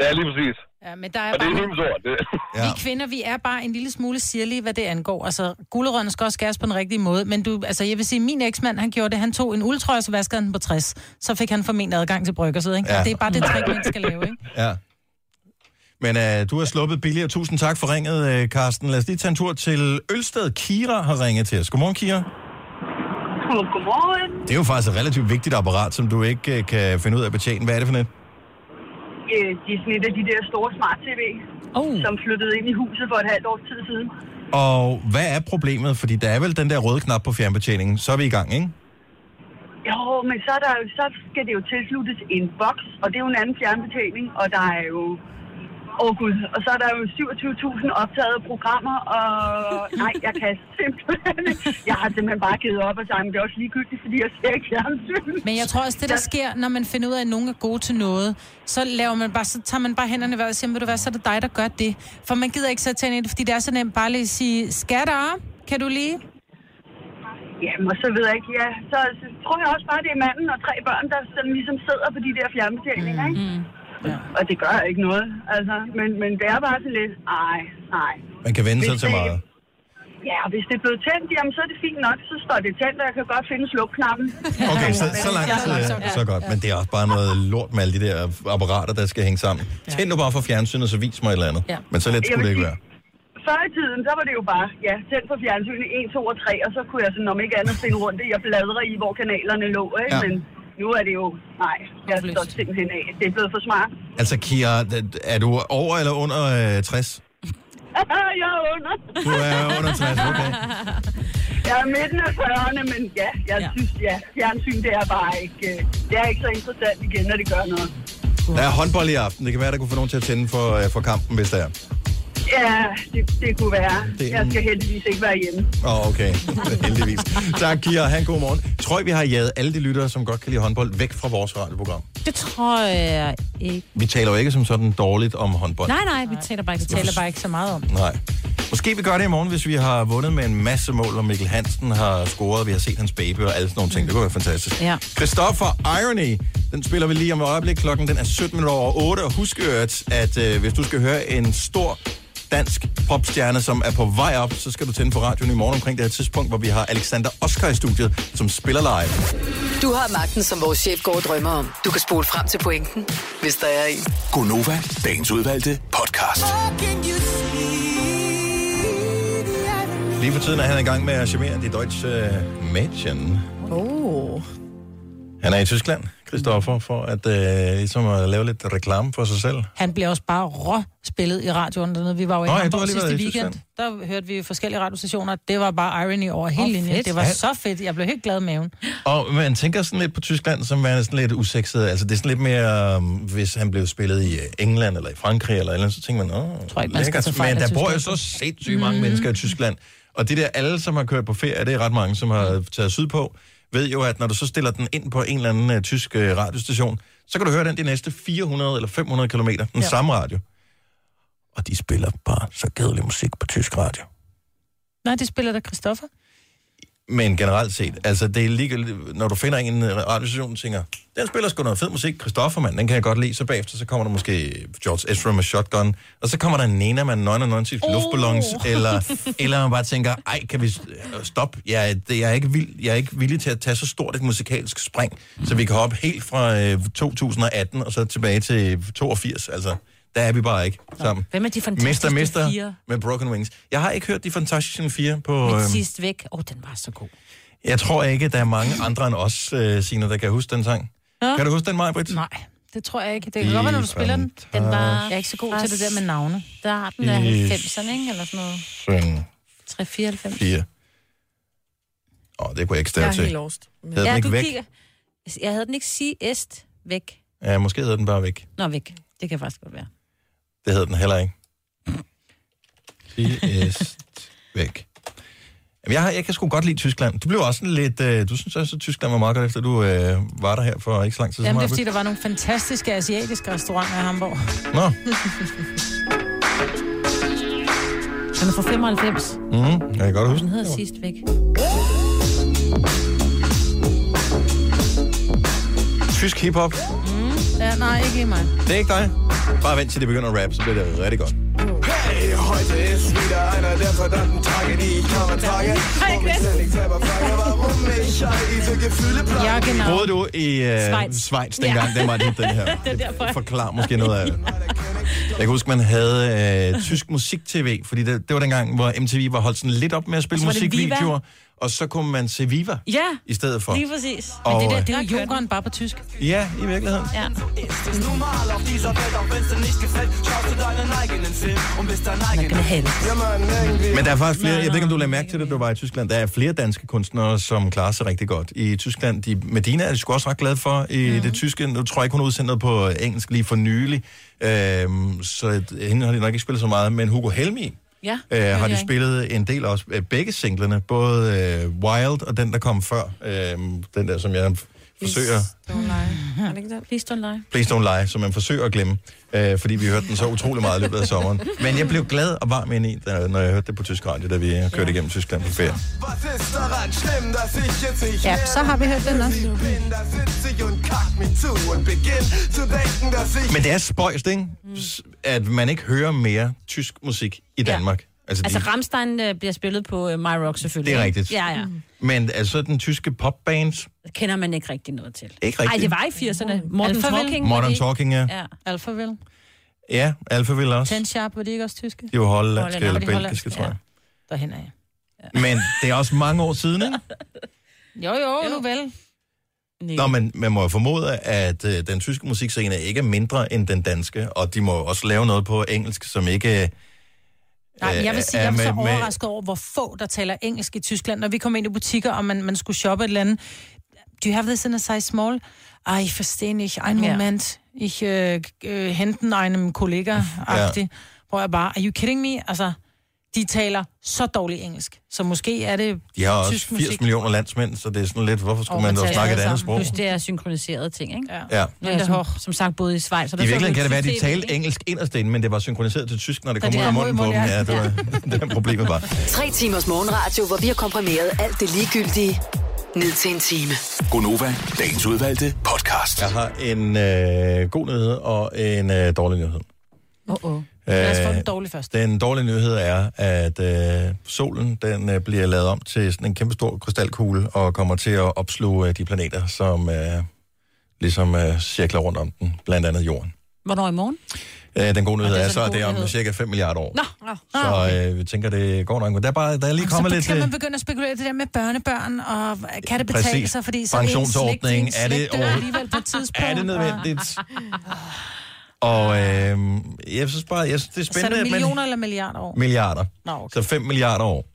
Ja, lige præcis.
Ja, men der er
Og det er
bare...
hendes ord, det.
Ja.
Vi kvinder, vi er bare en lille smule sirlige, hvad det angår. Altså, gulerødderne skal også skæres på den rigtige måde. Men du, altså, jeg vil sige, min eksmand, han gjorde det. Han tog en ultrøj, så vaskede han den på 60. Så fik han formentlig adgang til bryggerset, ikke?
Ja.
Ja. Og det er bare det trick, man skal lave, ikke?
Ja. Men øh, du har sluppet billigere. Tusind tak for ringet, øh, Karsten. Lad os lige tage en tur til Ølsted. Kira har ringet til os. Godmorgen, Kira.
Godmorgen.
Det er jo faktisk et relativt vigtigt apparat, som du ikke øh, kan finde ud af at betjene. Hvad er det for net?
Øh, de er sådan et af de der store smart-tv,
oh.
som flyttede ind i huset for et halvt års tid siden.
Og hvad er problemet? Fordi der er vel den der røde knap på fjernbetjeningen. Så er vi i gang, ikke?
Jo, men så, er der, jo- så skal det jo tilsluttes en boks, og det er jo en anden fjernbetjening, og der er jo... Åh oh, gud, og så er der jo 27.000 optagede programmer, og nej, jeg kan simpelthen ikke. Jeg har simpelthen bare givet op og sagt, "Men det er også ligegyldigt, fordi jeg ser ikke fjernsyn.
Men jeg tror også, det der sker, når man finder ud af, at nogen er gode til noget, så, laver man bare, så tager man bare hænderne i vejret og siger, "Ved du hvad, så er det dig, der gør det. For man gider ikke sætte sig ind i det, fordi det er så nemt bare lige at sige, skatter, kan du lige?
Jamen, og så ved jeg ikke, ja, så, så tror jeg også bare, det er manden og tre børn, der sådan ligesom sidder på de der fjernbetjeninger, ikke?
Ja.
Og det gør ikke noget, altså. Men, men det er bare sådan lidt, ej, nej.
Man kan vende sig
Hvis
til
det-
meget.
Ja, og hvis det er blevet tændt, jamen så er det fint nok, så står det tændt, og jeg kan godt finde slukknappen.
Okay, så, så langt, så, så godt. Men det er også bare noget lort med alle de der apparater, der skal hænge sammen. Tænd nu bare for fjernsynet, så vis mig et eller andet.
Ja.
Men så let skulle det ikke være.
Før i tiden, der var det jo bare, ja, tændt på fjernsynet 1, 2 og 3, og så kunne jeg sådan, om ikke andet, finde rundt i og bladre i, hvor kanalerne lå, ikke?
Ja.
Men nu er det jo, nej, jeg står simpelthen af. Det er blevet for smart. <laughs>
Altså, Kira, d- er du over eller under øh, 60?
jeg er under.
Du er under 60, okay.
Jeg er midten af 40'erne, men ja, jeg ja. synes, ja, fjernsyn, det er bare ikke, øh, det er ikke så interessant igen, når det gør noget.
Der er håndbold i aften. Det kan være, der kunne få nogen til at tænde for, øh, for kampen, hvis der er.
Ja, det, det kunne være.
Det er
Jeg
en-
skal heldigvis ikke være hjemme.
Åh, oh, okay. <laughs> Heldigvis. Tak, Kira. Ha' en god morgen. Tror I, vi har jaget alle de lyttere, som godt kan lide håndbold, væk fra vores radioprogram?
Det tror jeg ikke.
Vi taler jo ikke som sådan dårligt om håndbold.
Nej, nej, vi taler bare ikke,
Vi taler bare ikke så meget om.
Nej. Måske vi gør det i morgen, hvis vi har vundet med en masse mål, og Mikkel Hansen har scoret, vi har set hans baby og alle sådan nogle ting. Det kunne være fantastisk.
Ja.
Christoffer Irony, den spiller vi lige om et øjeblik. Klokken den er 17 minutter over 8, og husk i øvrigt, at øh, hvis du skal høre en stor dansk popstjerne, som er på vej op, så skal du tænde for radioen i morgen omkring det her tidspunkt, hvor vi har Alexander Oskar i studiet, som spiller live.
Du har magten, som vores chef går og drømmer om. Du kan spole frem til pointen, hvis der er en.
Gonova, dagens udvalgte podcast.
Lige for tiden er han i gang med at charmere de deutsche øh, Mädchen.
Oh.
Han er i Tyskland, Christoffer, for at øh, ligesom at lave lidt reklame for sig selv.
Han bliver også bare rå spillet i radioen dernede. Vi var jo i
Nå ja, du har
Hamburg
lige
sidste
været i
weekend. Der hørte vi forskellige radiostationer. Det var bare irony over hele
Åh,
oh, linjen.
fedt.
Det var
Ja.
så fedt. Jeg blev helt glad i maven.
Og man tænker sådan lidt på Tyskland, som værende sådan lidt usekset. Altså det er sådan lidt mere, øhm, hvis han blev spillet i øh, England eller i Frankrig eller et eller andet, så tænker man, åh, tror
ikke, man skal tage fejl
Men
af
der bor jo så
Tyskland.
sindssygt mange mm. mennesker i Tyskland. Og det der, alle som har kørt på ferie, det er ret mange, som har taget sydpå, ved jo, at når du så stiller den ind på en eller anden uh, tysk uh, radiostation, så kan du høre den de næste 400 eller 500 km, den ja. samme radio. Og de spiller bare så kedelig musik på tysk radio.
Nej, det spiller der Christoffer.
Men generelt set, altså det er ligegyldigt, når du finder en øh, radiostation, tænker, den spiller sgu noget fed musik, Christoffer, mand, den kan jeg godt lide. Så bagefter, så kommer der måske George Ezra med Shotgun, og så kommer der Nena med 99 oh. luftballons, eller, eller man bare tænker, ej, kan vi øh, stoppe? Jeg, det, jeg, er ikke vild, jeg er ikke villig til at tage så stort et musikalsk spring, så vi kan hoppe helt fra øh, 2018 og så tilbage til 82, altså. Der er vi bare ikke sammen.
Hvem er de fantastiske
Mester, mester
fire?
med Broken Wings. Jeg har ikke hørt de fantastiske fire på...
Men
øhm,
sidst væk. Åh, oh, den var så god.
jeg tror ikke, der er mange andre end os, øh, Signe, der kan huske den sang. Ja. Kan du huske den, Maja Britt?
Nej, det tror jeg ikke. Det
De
kan godt være, når du spiller den.
Den var-
Jeg er ikke så god til det der med navne.
Starten af
Yes.
90'erne, ikke? Eller sådan noget.
Syng
3-94.
4. Åh, oh, det kunne jeg ikke
Jeg
stave
er
til.
helt
lost.
Hedder den ikke væk?
kigger. Jeg havde den ikke sige est væk.
Ja, måske hedder den bare væk.
Nå, væk. Det kan faktisk godt være.
Det hedder den heller ikke.
Mm.
Sidst væk. Jamen, jeg, har, jeg kan sgu godt lide Tyskland. Du blev også sådan lidt... Øh, du synes også, at Tyskland var meget godt, efter du øh, var der her for ikke så lang tid siden.
Jamen, det er
Maja
fordi, der var nogle fantastiske asiatiske restauranter i Hamburg.
Britt. Nå.
Den er fra 95.
Mm, jeg kan godt huske
Den hedder sidst væk.
Tysk hiphop.
Mm. Ja, nej, ikke lige mig.
Det er ikke dig. Bare vent til det begynder at rappe, så bliver det rigtig godt.
Hey, heute ist wieder einer der verdammten Tage, die ich kaum ertrage. Wo mich ständig selber frage, warum ich all diese Gefühle plage.
Ja, genau.
Boede du i øh,
Schweiz.
Schweiz. Schweiz dengang, ja. den var det, den her.
Det er derfor.
Forklar måske noget af det. Jeg kan huske, man havde øh, tysk musik-tv, fordi det, det var dengang, hvor MTV var holdt sådan lidt op med at spille
Så var det Viva.
musikvideoer. og så kunne man se Viva
Ja,
i stedet for.
lige præcis.
Og,
Men det der,
øh,
det er jo jokeren bare på tysk.
Ja, i virkeligheden.
Ja.
Ist normal auf dieser Welt, auch wenn's dir nicht gefällt, schaust du deinen eigenen Film und bist dein eigener Held. Ja, man, irgendwie.
Men der er faktisk flere, jeg ved ikke, om du lagde mærke til det, du var i Tyskland, der er flere danske kunstnere, som klarer sig rigtig godt. I Tyskland, de, Medina er de sgu også ret glad for i mm. det tyske. Nu tror jeg ikke, hun udsendte noget på engelsk lige for nylig, øhm, så hende har de nok ikke spillet så meget, men Hugo Helmi
Ja,
øh, har de
ikke.
spillet en del også. Øh, Begge singlerne, både øh, Wild og den, der kom før, øh, den der, som jeg forsøger,
Don't lie. Er det ikke det?
Please don't lie.
Please Don't Lie, som man forsøger at glemme, øh, fordi vi hørte den så utrolig meget i løbet af sommeren. Men jeg blev glad og varm ind i, da- når jeg hørte det på tysk radio, da vi kørte ja. igennem Tyskland på ferie.
Was ist daran schlimm, dass ich jetzt nicht
Ja, så har vi hørt den også.
bin? Da sitz ich und kack mich zu und beginn zu denken, dass ich...
Men det er spøjst, ikke?
Mm.
S- At man ikke hører mere tysk musik i Danmark. Ja. Altså, de,
Altså, Ramstein øh, bliver spillet på øh, My Rock, selvfølgelig.
Det er
ikke?
rigtigt.
Ja, ja.
Men altså den tyske popband,
Det kender man ikke rigtig noget til.
Ikke rigtigt.
Ej, det var i 80'erne. Modern
Alphaville.
Talking.
Modern
var det ikke?
Talking, ja.
ja.
Alphaville.
ja, Alfa vil også.
Ten Sharp, var de ikke også tyske?
De er jo hollandske
Holland-
eller
var de
belgiske, tror jeg.
Derhen af.
Ja. Men det er også mange år siden,
<laughs>
ikke?
Jo, jo, nu vel.
Nå, men man må jo formode, at øh, den tyske musikscene ikke er mindre end den danske, og de må jo også lave noget på engelsk, som ikke... Øh,
Nej, men jeg vil sige,
er
jeg er så
med- med-
overrasket over, hvor få, der taler engelsk i Tyskland. Når vi kom ind i butikker, og man, man skulle shoppe et eller andet. Do you have this in a size small? Ej, jeg forstår ikke. Ein
Ja.
moment. Ich øh, øh, henten einem kollega. Ja. Hvor jeg bare, are you kidding me? Altså, de taler så dårligt engelsk. Så måske er det
De har også
tysk
80
musik.
millioner landsmænd, så det er sådan lidt, hvorfor skulle
Og
man
man
dog
taler
snakke et
alle
andet
sammen.
sprog?
Plus, det er synkroniserede ting, ikke?
Ja.
Ja.
Nå, jeg, som, som sagt, både i Schweiz.
I
Så så
virkeligheden kan det være, at
tysk
de
TV,
talte engelsk inderst inde, men det var synkroniseret til tysk, når det
Da
kom
det
ud
er
af
mod
munden på dem.
munden, ja.
Ja, det var det var <laughs> problemet var.
Tre timers morgenradio, hvor vi har komprimeret alt det ligegyldige ned til en time.
Gonova, dagens udvalgte podcast.
Jeg har en øh, god nyhed og en øh, dårlig nyhed.
Oh, oh. Lad os få den
Øh,
dårlige først.
Den dårlige nyhed er, at øh, solen den øh, bliver lavet om til sådan en kæmpe stor krystalkugle og kommer til at opsluge øh, de planeter, som øh, ligesom øh, cirkler rundt om den, blandt andet Jorden.
Hvornår i morgen?
Øh, den gode nyhed
det er
er
så
så,
den
at
gode
det er om
nyhed.
cirka 5 milliarder år.
Nå, nå.
Så øh, vi tænker, det går nok. Men der er, bare, der er lige
Ah, så
kommet lidt...
kan
øh,
man begynde at spekulere i det der med børnebørn, og kan det betale
Præcis.
sig, fordi så
Pensionsordning,
er
er det
det en slægt, en slægt dør
overhovedet-
alligevel på et tidspunkt.
Er det nødvendigt? Og øh, jeg synes bare, jeg synes, det er
Ah. Så er
spændende.
det
at man-
millioner eller milliarder år?
Milliarder.
Nå,
okay. Så 5 milliarder år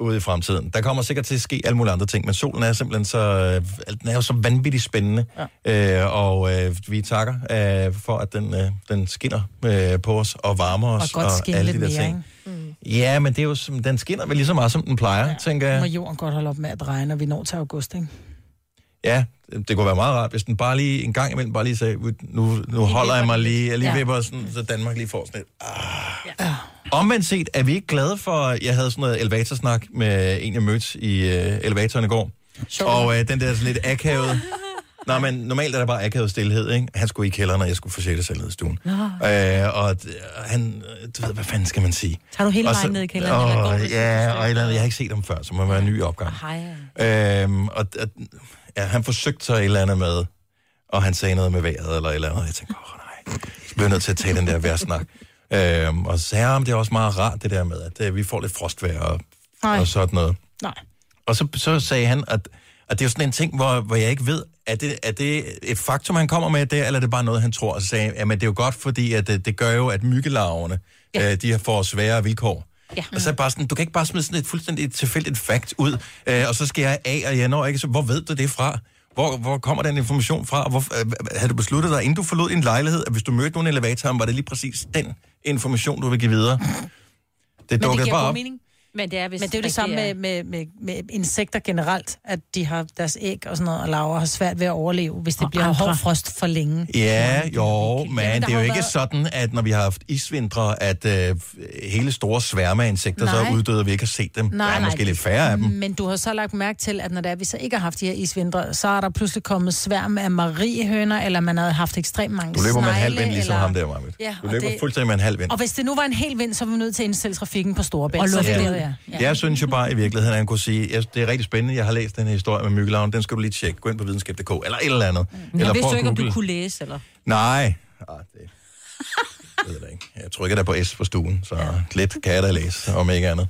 ude i fremtiden. Der kommer sikkert til at ske alle mulige andre ting, men solen er simpelthen så, øh, den er jo så vanvittigt spændende. Ja. Øh, og øh, vi takker øh, for, at den, øh, den skinner øh, på os og varmer
Og
os.
godt skinne
alle
lidt
de der
mere,
ting. Mm. Ja, men det er jo, som- den skinner vel lige så meget, som den plejer, ja. tænker
Nu
jeg.
må jorden godt holde op med at dreje, når vi når til august, ikke?
Ja, det kunne være meget rart, hvis den bare lige en gang imellem bare lige sagde, "Ud, nu, nu holder jeg mig lige, jeg lige
Ja.
ja. vipper sådan, så Danmark lige får sådan et. Ah. Ja. Omvendt set er vi ikke glade for, jeg havde sådan noget elevatorsnak med en, jeg mødte i øh, elevatoren i går. Og øh, den der sådan lidt
<laughs>
akavet. Nå, men normalt er der bare akavet stillhed, ikke? Han skulle i kælderen, og jeg skulle forsætte sig ned i stuen.
Nå.
Øh, og d- han, øh, du ved, hvad fanden skal man sige?
Tager du hele
Og
vejen
så-
ned i kælderen, eller går du
Åh, Ja, og et eller andet, jeg har ikke set ham før, så må det være en ny opgang.
Hej.
Øhm, og, og ja, han forsøgte sig et eller andet med, og han sagde noget med vejret eller et eller andet. Jeg tænkte, åh nej, så blev jeg nødt til at tage den der vejrsnak. øhm, og så sagde han, det er også meget rart det der med, at øh, vi får lidt frostvejr og,
Nej.
og sådan noget.
Nej.
Og så, så sagde han, at, at det er jo sådan en ting, hvor, hvor jeg ikke ved, er det, er det et faktum, han kommer med der, eller er det bare noget, han tror? Og så sagde han, at det er jo godt, fordi at, øh, det, det gør jo, at myggelarverne, ja. øh, de får sværere vilkår. Ja. Og så er jeg bare sådan, du kan ikke bare smide sådan et fuldstændig tilfældigt fakt ud, øh, og så skal jeg af, og jeg når ikke, så hvor ved du det fra? Hvor, hvor kommer den information fra? Hvor, øh, havde du besluttet dig, inden du forlod din lejlighed, at hvis du mødte nogen i elevatoren, var det lige præcis den information, du vil give videre? Det
Men det
dukkede
giver
bare
god
op.
mening.
Men det er, hvis
Men det er jo det samme med, med, med, med insekter generelt, at de har deres æg og sådan noget, og laver har svært ved at overleve, hvis det bliver
andre.
hård frost for længe.
Ja, jo, men
Jamen, der
det er
har
jo
jo
ikke
været-
sådan, at når vi har haft isvintre, at øh, hele store sværme af insekter så
Nej.
er uddøde, og vi ikke har set dem. der er måske lidt færre af dem.
Men du har så lagt mærke til, at når det er, vi så ikke har haft de her isvintre, så er der pludselig kommet sværm af mariehøner, eller man havde haft ekstremt mange
Du løber med en halv
snegle,
vind, ligesom
eller...
ham der, Marmit.
Ja,
Du
og
løber
det-
fuldstændig med en halv vind.
Og hvis det nu var en hel vind, så var vi nødt til at indstille trafikken på Storebælt.
Og
så
luftlinjer.
det ved jeg.
Ja. Jeg synes jo bare i virkeligheden, at han kunne sige, jeg, det er rigtig spændende, jeg har læst den her historie med myggelarven, den skal du lige tjekke. Gå ind på videnskab.dk, eller et eller andet.
Eller
Eller
jeg vidste
prøv
jo
at
ikke, om du
google.
kunne læse, eller...
Nej. Ah, det... Jeg ved det ikke. Jeg trykker der på S på stuen, så lidt kan jeg da læse, om ikke andet.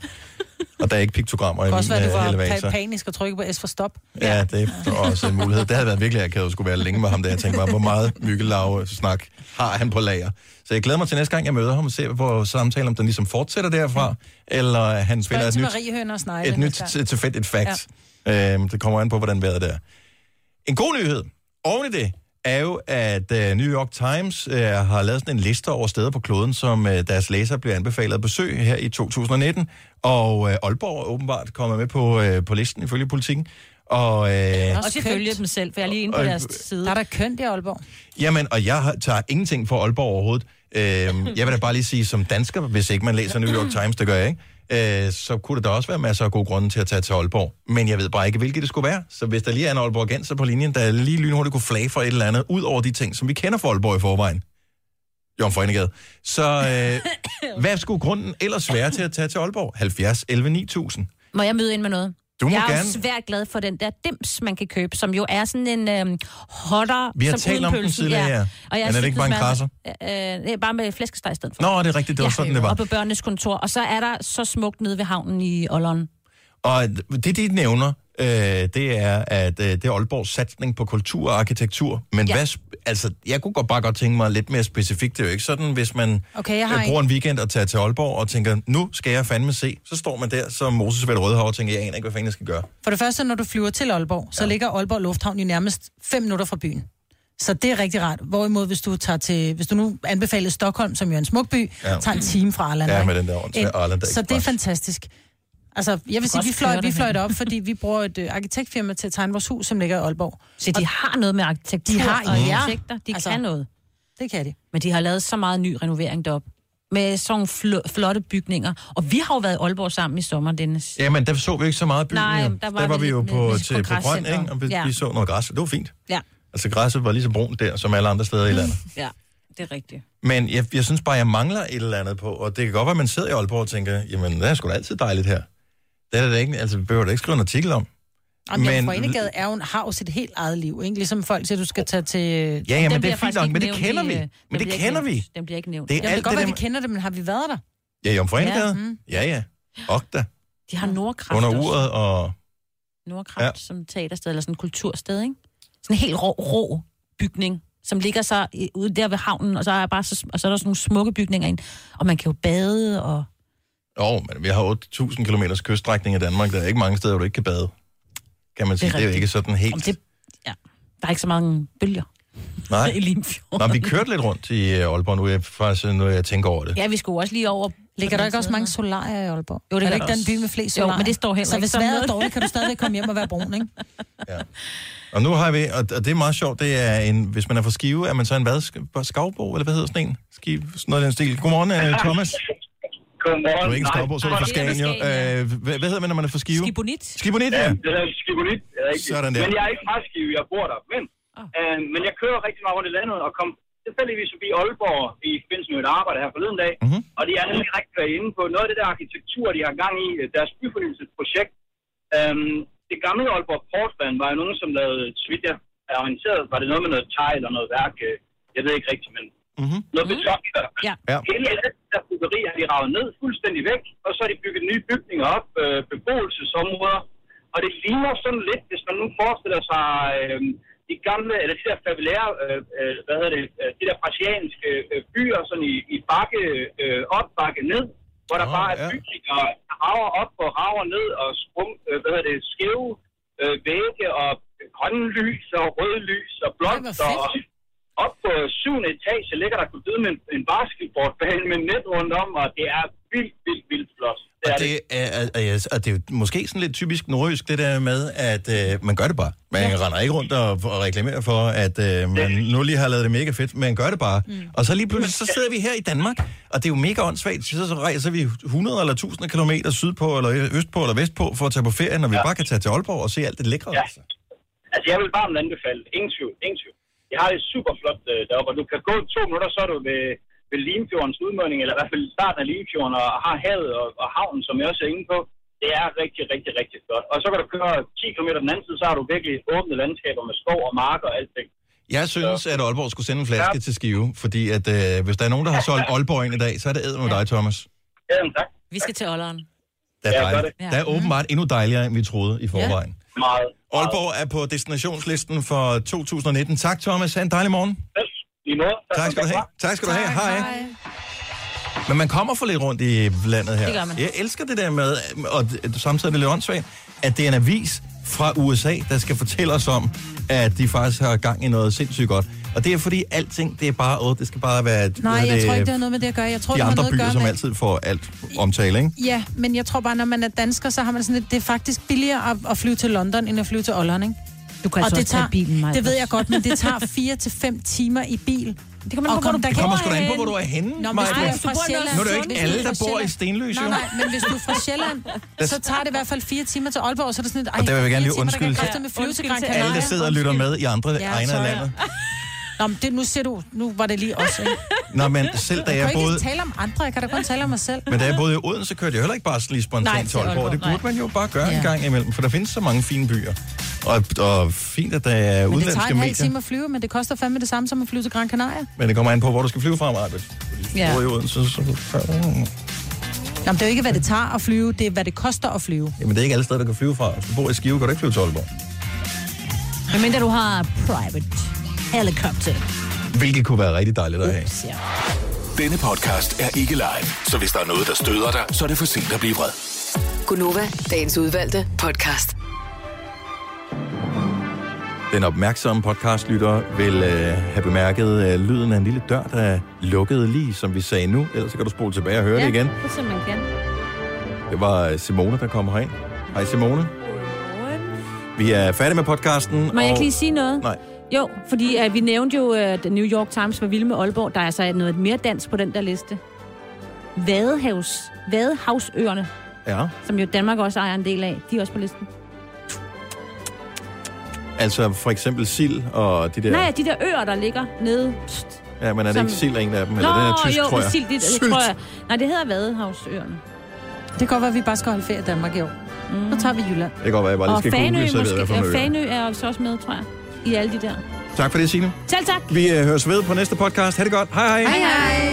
Og der er ikke piktogrammer i
Det kan også
min
være,
øh,
det var
elevator.
pa- panisk at trykke på S for stop.
Ja, det er også en mulighed. Det havde været virkelig akavet at skulle være længe med ham der. Jeg tænkte bare, hvor meget myggelag snak har han på lager. Så jeg glæder mig til næste gang, jeg møder ham og ser på samtalen, om den ligesom fortsætter derfra, eller han spiller
Spørg
et
til
nyt,
Marie Høn og Snegle.
et nyt
næste gang.
til- tilfældigt fact. Ja. Øhm, det kommer an på, hvordan vejret er. En god nyhed oven i det er jo, at øh, New York Times øh, har lavet sådan en liste over steder på kloden, som øh, deres læsere bliver anbefalet at besøge her i 2019. Og øh, Aalborg er åbenbart kommer med på, øh, på listen ifølge politikken. Og, øh,
Også ifølge dem selv, for jeg er lige inde på
Og-
deres side.
Der er der kønt i Aalborg.
Jamen, og jeg har- tager ingenting for Aalborg overhovedet. Øhm, jeg vil da bare lige sige, som dansker, hvis ikke man læser New York Times, det gør jeg ikke, øh, så kunne der da også være masser af gode grunde til at tage til Aalborg. Men jeg ved bare ikke, hvilket det skulle være. Så hvis der lige er en Aalborgenser på linjen, der lige lynhurtigt kunne flage for et eller andet, ud over de ting, som vi kender fra Aalborg i forvejen. Jørgen Forenegade. Så
<coughs> <laughs>
øh, hvad skulle grunden ellers være til at tage til Aalborg? 70, 11, 9000.
Må jeg møde ind med noget?
Du må
jeg er jo
gerne.
svært glad for den der dims, man kan købe, som jo er sådan en øhm, hotter
Vi har
som
talt
uden
om den
pølsen.
tidligere, ja.
Og jeg
Men er det ikke bare en
synes, man- Øh, det er bare med flæskesteg i stedet for.
Nå, det er rigtigt, det var sådan, det var.
Og på børnenes kontor. Og så er der så smukt nede ved havnen i Ollon.
Og det, de nævner, øh, det er, at øh, det er Aalborgs satsning på kultur og arkitektur. Men
Ja.
ja. hvad, sp- altså, jeg kunne godt bare godt tænke mig lidt mere specifikt. Det er jo ikke sådan, hvis man
Okay, jeg har
øh,
en.
bruger en weekend og tager til Aalborg og tænker, nu skal jeg fandme se. Så står man der som Moses ved det røde hav og tænker, jeg aner ikke, hvad fanden jeg skal gøre.
For det første, når du flyver til Aalborg, så ja. ligger Aalborg Lufthavn jo nærmest 5 minutter fra byen. Så det er rigtig rart. Hvorimod, hvis du, tager til, hvis du nu anbefaler Stockholm, som jo er en smuk by, ja.
Ja.
tager en time fra Arlanda.
Ja,
ikke?
med den der åndssvage
En-
Arlanda
Så det er
Express.
fantastisk. Altså, jeg
Du
vil sige,
kan
vi
også
fløj,
køre
vi fløj
derhen.
det op, fordi vi bruger et øh, arkitektfirma til at tegne vores hus, som ligger i Aalborg.
Så de
Og-
har noget med arkitektur
De har,
og
ja.
insekter. De altså, kan noget.
Det kan de.
Men de har lavet så meget ny renovering derop med sådan nogle fl- flotte bygninger. Og vi har jo været i Aalborg sammen i sommer, Dennis.
Jamen, der så vi ikke så meget af byen.
Nej,
jo.
der var
der var
vi
vi jo
lidt
på,
nede
til,
på
på Grøn,
græscenteret.
ikke? og vi,
Ja.
ja. vi så noget græs. Det var fint.
Ja, Mm.
Altså, græsset var lige så brunt der, som alle andre steder i landet.
ja, det er rigtigt.
Men jeg, jeg synes bare, jeg mangler et eller andet på, og det kan godt være, at man sidder i Aalborg og tænker, jamen, det er sgu da altid dejligt her. Det er det da ikke, altså, vi behøver da ikke skrive en artikel om.
Jamen, men, Forenegade er jo en, har jo sit helt eget liv, ikke? Ligesom folk siger, du skal tage til... Ja,
ja, men det er fint nok, men det kender
øh,
vi. Men det kender vi.
Den bliver ikke nævnt.
Det er
Det, Jamen,
alt
det kan godt
det
være,
der
vi kender det, men har vi været der?
Ja, Jomfru
Ja,
ja,
mm.
ja, ja. Ogda,
De har Nordkraft
Mm. under
også.
uret, og
Nordkraft ja.
Ja.
som teatersted, eller sådan et kultursted, ikke? Sådan en helt rå, rå bygning, som ligger så i- ude der ved havnen, og så er, bare så, og så er der sådan nogle smukke bygninger ind, og man kan jo bade, og
jo, men vi har 8.000 km kyststrækning i Danmark, der er ikke mange steder, hvor du ikke kan bade. Kan man sige, det er, det er jo
rigtigt.
ikke sådan
Om
helt...
det, ja, der er ikke så mange bølger
Nej.
i Limfjorden.
Nå, vi kørte lidt rundt i øh, Aalborg nu, jeg, faktisk, nu jeg tænker over det.
Ja, vi skulle også lige over...
Ligger der ikke også mange solarier i Aalborg?
Jo, det
er det
gør
ikke
der
den
også.
by med flest
Jo,
solarier?
men det står heller
Så
ikke
hvis
som
vejret er
noget.
dårligt, kan du stadigvæk
<laughs>
komme hjem og være brun, ikke?
Og nu har vi, og, og det er meget sjovt, det er en, hvis man er fra Skive, er man så en hvad? Sk- Skavbo, eller hvad hedder sådan en? Skive, sådan noget i den stil. Godmorgen, øh, Thomas.
Godmorgen.
Du er ikke en Skavbo, så er du fra
Nej,
Skagen,
jeg
jo.
er fra Skagen,
Øh, hvad, hvad hedder man, når man er fra Skive?
Skibonit.
Skibonit,
Ja,
ja.
det hedder Skibonit, det er rigtigt.
Sådan der.
Men jeg er ikke fra Skive, jeg bor der. Men, øh, men jeg kører rigtig meget rundt i landet og kom tilfældigvis forbi Aalborg i forbindelse med et arbejde her forleden dag.
Mhm.
Mm-hmm. Og de er nemlig rigtig været inde på noget af det der arkitektur, de har gang i, øh, deres byfornyelsesprojekt. Øhm, det gamle Aalborg Portland var jo nogen, som lavede Twitter er orienteret. Var det noget med noget tegl eller noget værk? øh, Jeg ved ikke rigtigt, men
Mm-hmm.
noget beton i hvert fald.
Ja.
Ja.
Hele alt der byggeri har de ravet ned fuldstændig væk, og så har de bygget nye bygninger op, øh, beboelsesområder, og det ligner sådan lidt, hvis man nu forestiller sig øh, de gamle, eller de der fabulære, øh, øh, hvad hedder det, øh, de der brasilianske øh, byer, sådan i, i bakke øh, op, bakke ned, hvor der
Nå,
bare er
ja.
bygninger, der rager op og rager ned, og skrum, øh, hvad hedder det, skæve øh, vægge, og grønne lys, og røde lys, og blomster, og op på syvende etage ligger der kunne med en, en basketballbane med net rundt om, og det er vildt, vildt, vildt flot.
Og det er, er, er, er, det er jo måske sådan lidt typisk nordjysk, det der med, at øh, man gør det bare. Man ja. render ikke rundt og, og reklamerer for, at øh, man nu lige har lavet det mega fedt, man gør det bare. Mm. Og så lige pludselig, så sidder vi her i Danmark, og det er jo mega åndssvagt. Så, så rejser vi 100 eller 1000 kilometer sydpå, eller østpå, eller vestpå, for at tage på ferie, når vi bare kan tage til Aalborg og se alt det lækre. Ja. Altså.
Altså, jeg vil varmt anbefale det. Ingen tvivl, ingen tvivl. Jeg har det super flot øh, deroppe, og du kan gå to minutter, så er du ved, ved Limfjordens udmunding, eller i hvert fald starten af Limfjorden, og har havet og, og havnen, som jeg også er inde på. Det er rigtig, rigtig, rigtig flot. Og så kan du køre 10 km den anden side, så har du virkelig åbne landskaber med skov og marker og alting.
Jeg synes, at Aalborg skulle sende en flaske ja. til Skive, fordi at, øh, hvis der er nogen, der har solgt Aalborg ind i dag, så er det æd med dig, Thomas.
Ja, tak.
Vi skal til Olleren.
Der
Ja,
er,
gør
dejligt.
det.
der er åbenbart endnu dejligere, end vi troede i forvejen.
Meget.
Aalborg er på destinationslisten for 2019. Tak, Thomas. Ha' en dejlig morgen.
Lige måde.
Tak skal du have. Tak skal du have. Hej.
hej.
Men man kommer for lidt rundt i landet her.
Det gør man.
Jeg elsker det der med, og samtidig er det lidt åndssvagt, at det er en avis fra USA, der skal fortælle os om, at de faktisk har gang i noget sindssygt godt. Og det er fordi alting, det er bare, åh, det skal bare være... hvad
Nej, jeg
hedder
tror ikke, det har noget med det at gøre. Jeg tror,
de
det har
andre
noget
byer,
at gøre
som
med...
altid får alt omtale, ikke?
Ja, men jeg tror bare, når man er dansker, så har man sådan lidt, det er faktisk billigere at, at flyve til London, end at flyve til Olleren, ikke?
Du kan altså
det
også tage bilen, Maja.
Det ved jeg godt, men det tager <laughs> 4 til 5 timer i bil. Det
kommer an på, hvor du
Det kommer sgu da an på, hvor du er henne,
Nå, men
Maja.
hvis du
Ej,
er
hvis du
fra
bor i Nørresund,
Sjælland...
Nu er det jo ikke alle,
hvis du er
der
fra
bor i
Sjælland-
Stenløse,
Nej,
jo.
nej, men hvis du er fra Sjælland,
Lad
så
os-
tager det i hvert fald 4 timer til Aalborg, så er det sådan lidt...
Og der vil jeg gerne lige undskylde
til.
til-
Med flyve til Gran Canaria.
Alle, der sidder og lytter med i andre
Ja,
egne af
sorry.
landet.
Nå, men det, nu ser du... Nu var det lige os, ikke?
Nå, men selv da
Jeg
jeg
kan jo
boede...
ikke tale om andre, jeg kan da kun tale om mig selv.
Men da jeg boede i Odense, kørte jeg heller ikke bare lige
Nej,
spontant
til
til Aalborg.
Aalborg,
Det burde
nej.
man jo bare gøre
Ja.
en gang imellem, for der findes så mange fine byer. Og, og fint, at der er
Men det tager
udenlandske
en halv
medier.
time at flyve, men det koster fandme det samme som at flyve til Gran Canaria.
Men det kommer an på, hvor du skal flyve fra, Marvind. Hvis du
Ja.
bor i Odense, så...
Jamen, det er jo ikke, hvad det tager at flyve, det er, hvad det koster at flyve.
Jamen, det er ikke alle steder, der kan flyve fra. Hvis du bor i Skive, kan du ikke flyve til Aalborg.
Medmindre du har private helicopter.
Hvilket kunne være rigtig dejligt at have.
Denne podcast er ikke live, så hvis der er noget, der støder dig, så er det for sent at blive vred.
Gunova, dagens udvalgte podcast.
Den opmærksomme podcastlytter vil øh, have bemærket øh, lyden af en lille dør, der lukkede lige, som vi sagde nu. Ellers så kan du spole tilbage og høre det igen.
det som man kan.
Det var øh, Simone, der kom herind. Hej Simone. Vi er færdige med podcasten.
Må jeg
og...
ikke lige sige noget?
Nej.
Jo, fordi uh, vi nævnte jo, at New York Times var vilde med Aalborg. Der er altså noget mere dans på den der liste. Vadehavs, Vadehavsøerne,
Ja,
som jo Danmark også ejer en del af, de er også på listen.
altså for eksempel sild og de der...
Ja. Nej, de der øer, der ligger nede. Pst.
Ja, men er det
som-
ikke sild af en af dem? Eller den er tysk,
jo,
tror jeg.
Sild, det, det,
Sylt.
tror jeg. Nej, det hedder Vadehavsøerne.
Det kan godt være, at vi bare skal holde ferie i Danmark i år. Mm. Så tager vi Jylland.
Det kan godt være, jeg bare lige
Og
skal
Fanø,
google, så ved jeg, hvad
måske,
for
ja,
nogle øer.
Fanø er også også med, tror jeg, i alle de der.
Tak for det, Signe.
Selv tak!
Vi øh, høres ved på næste podcast. Ha' det godt. Hej hej.
hej.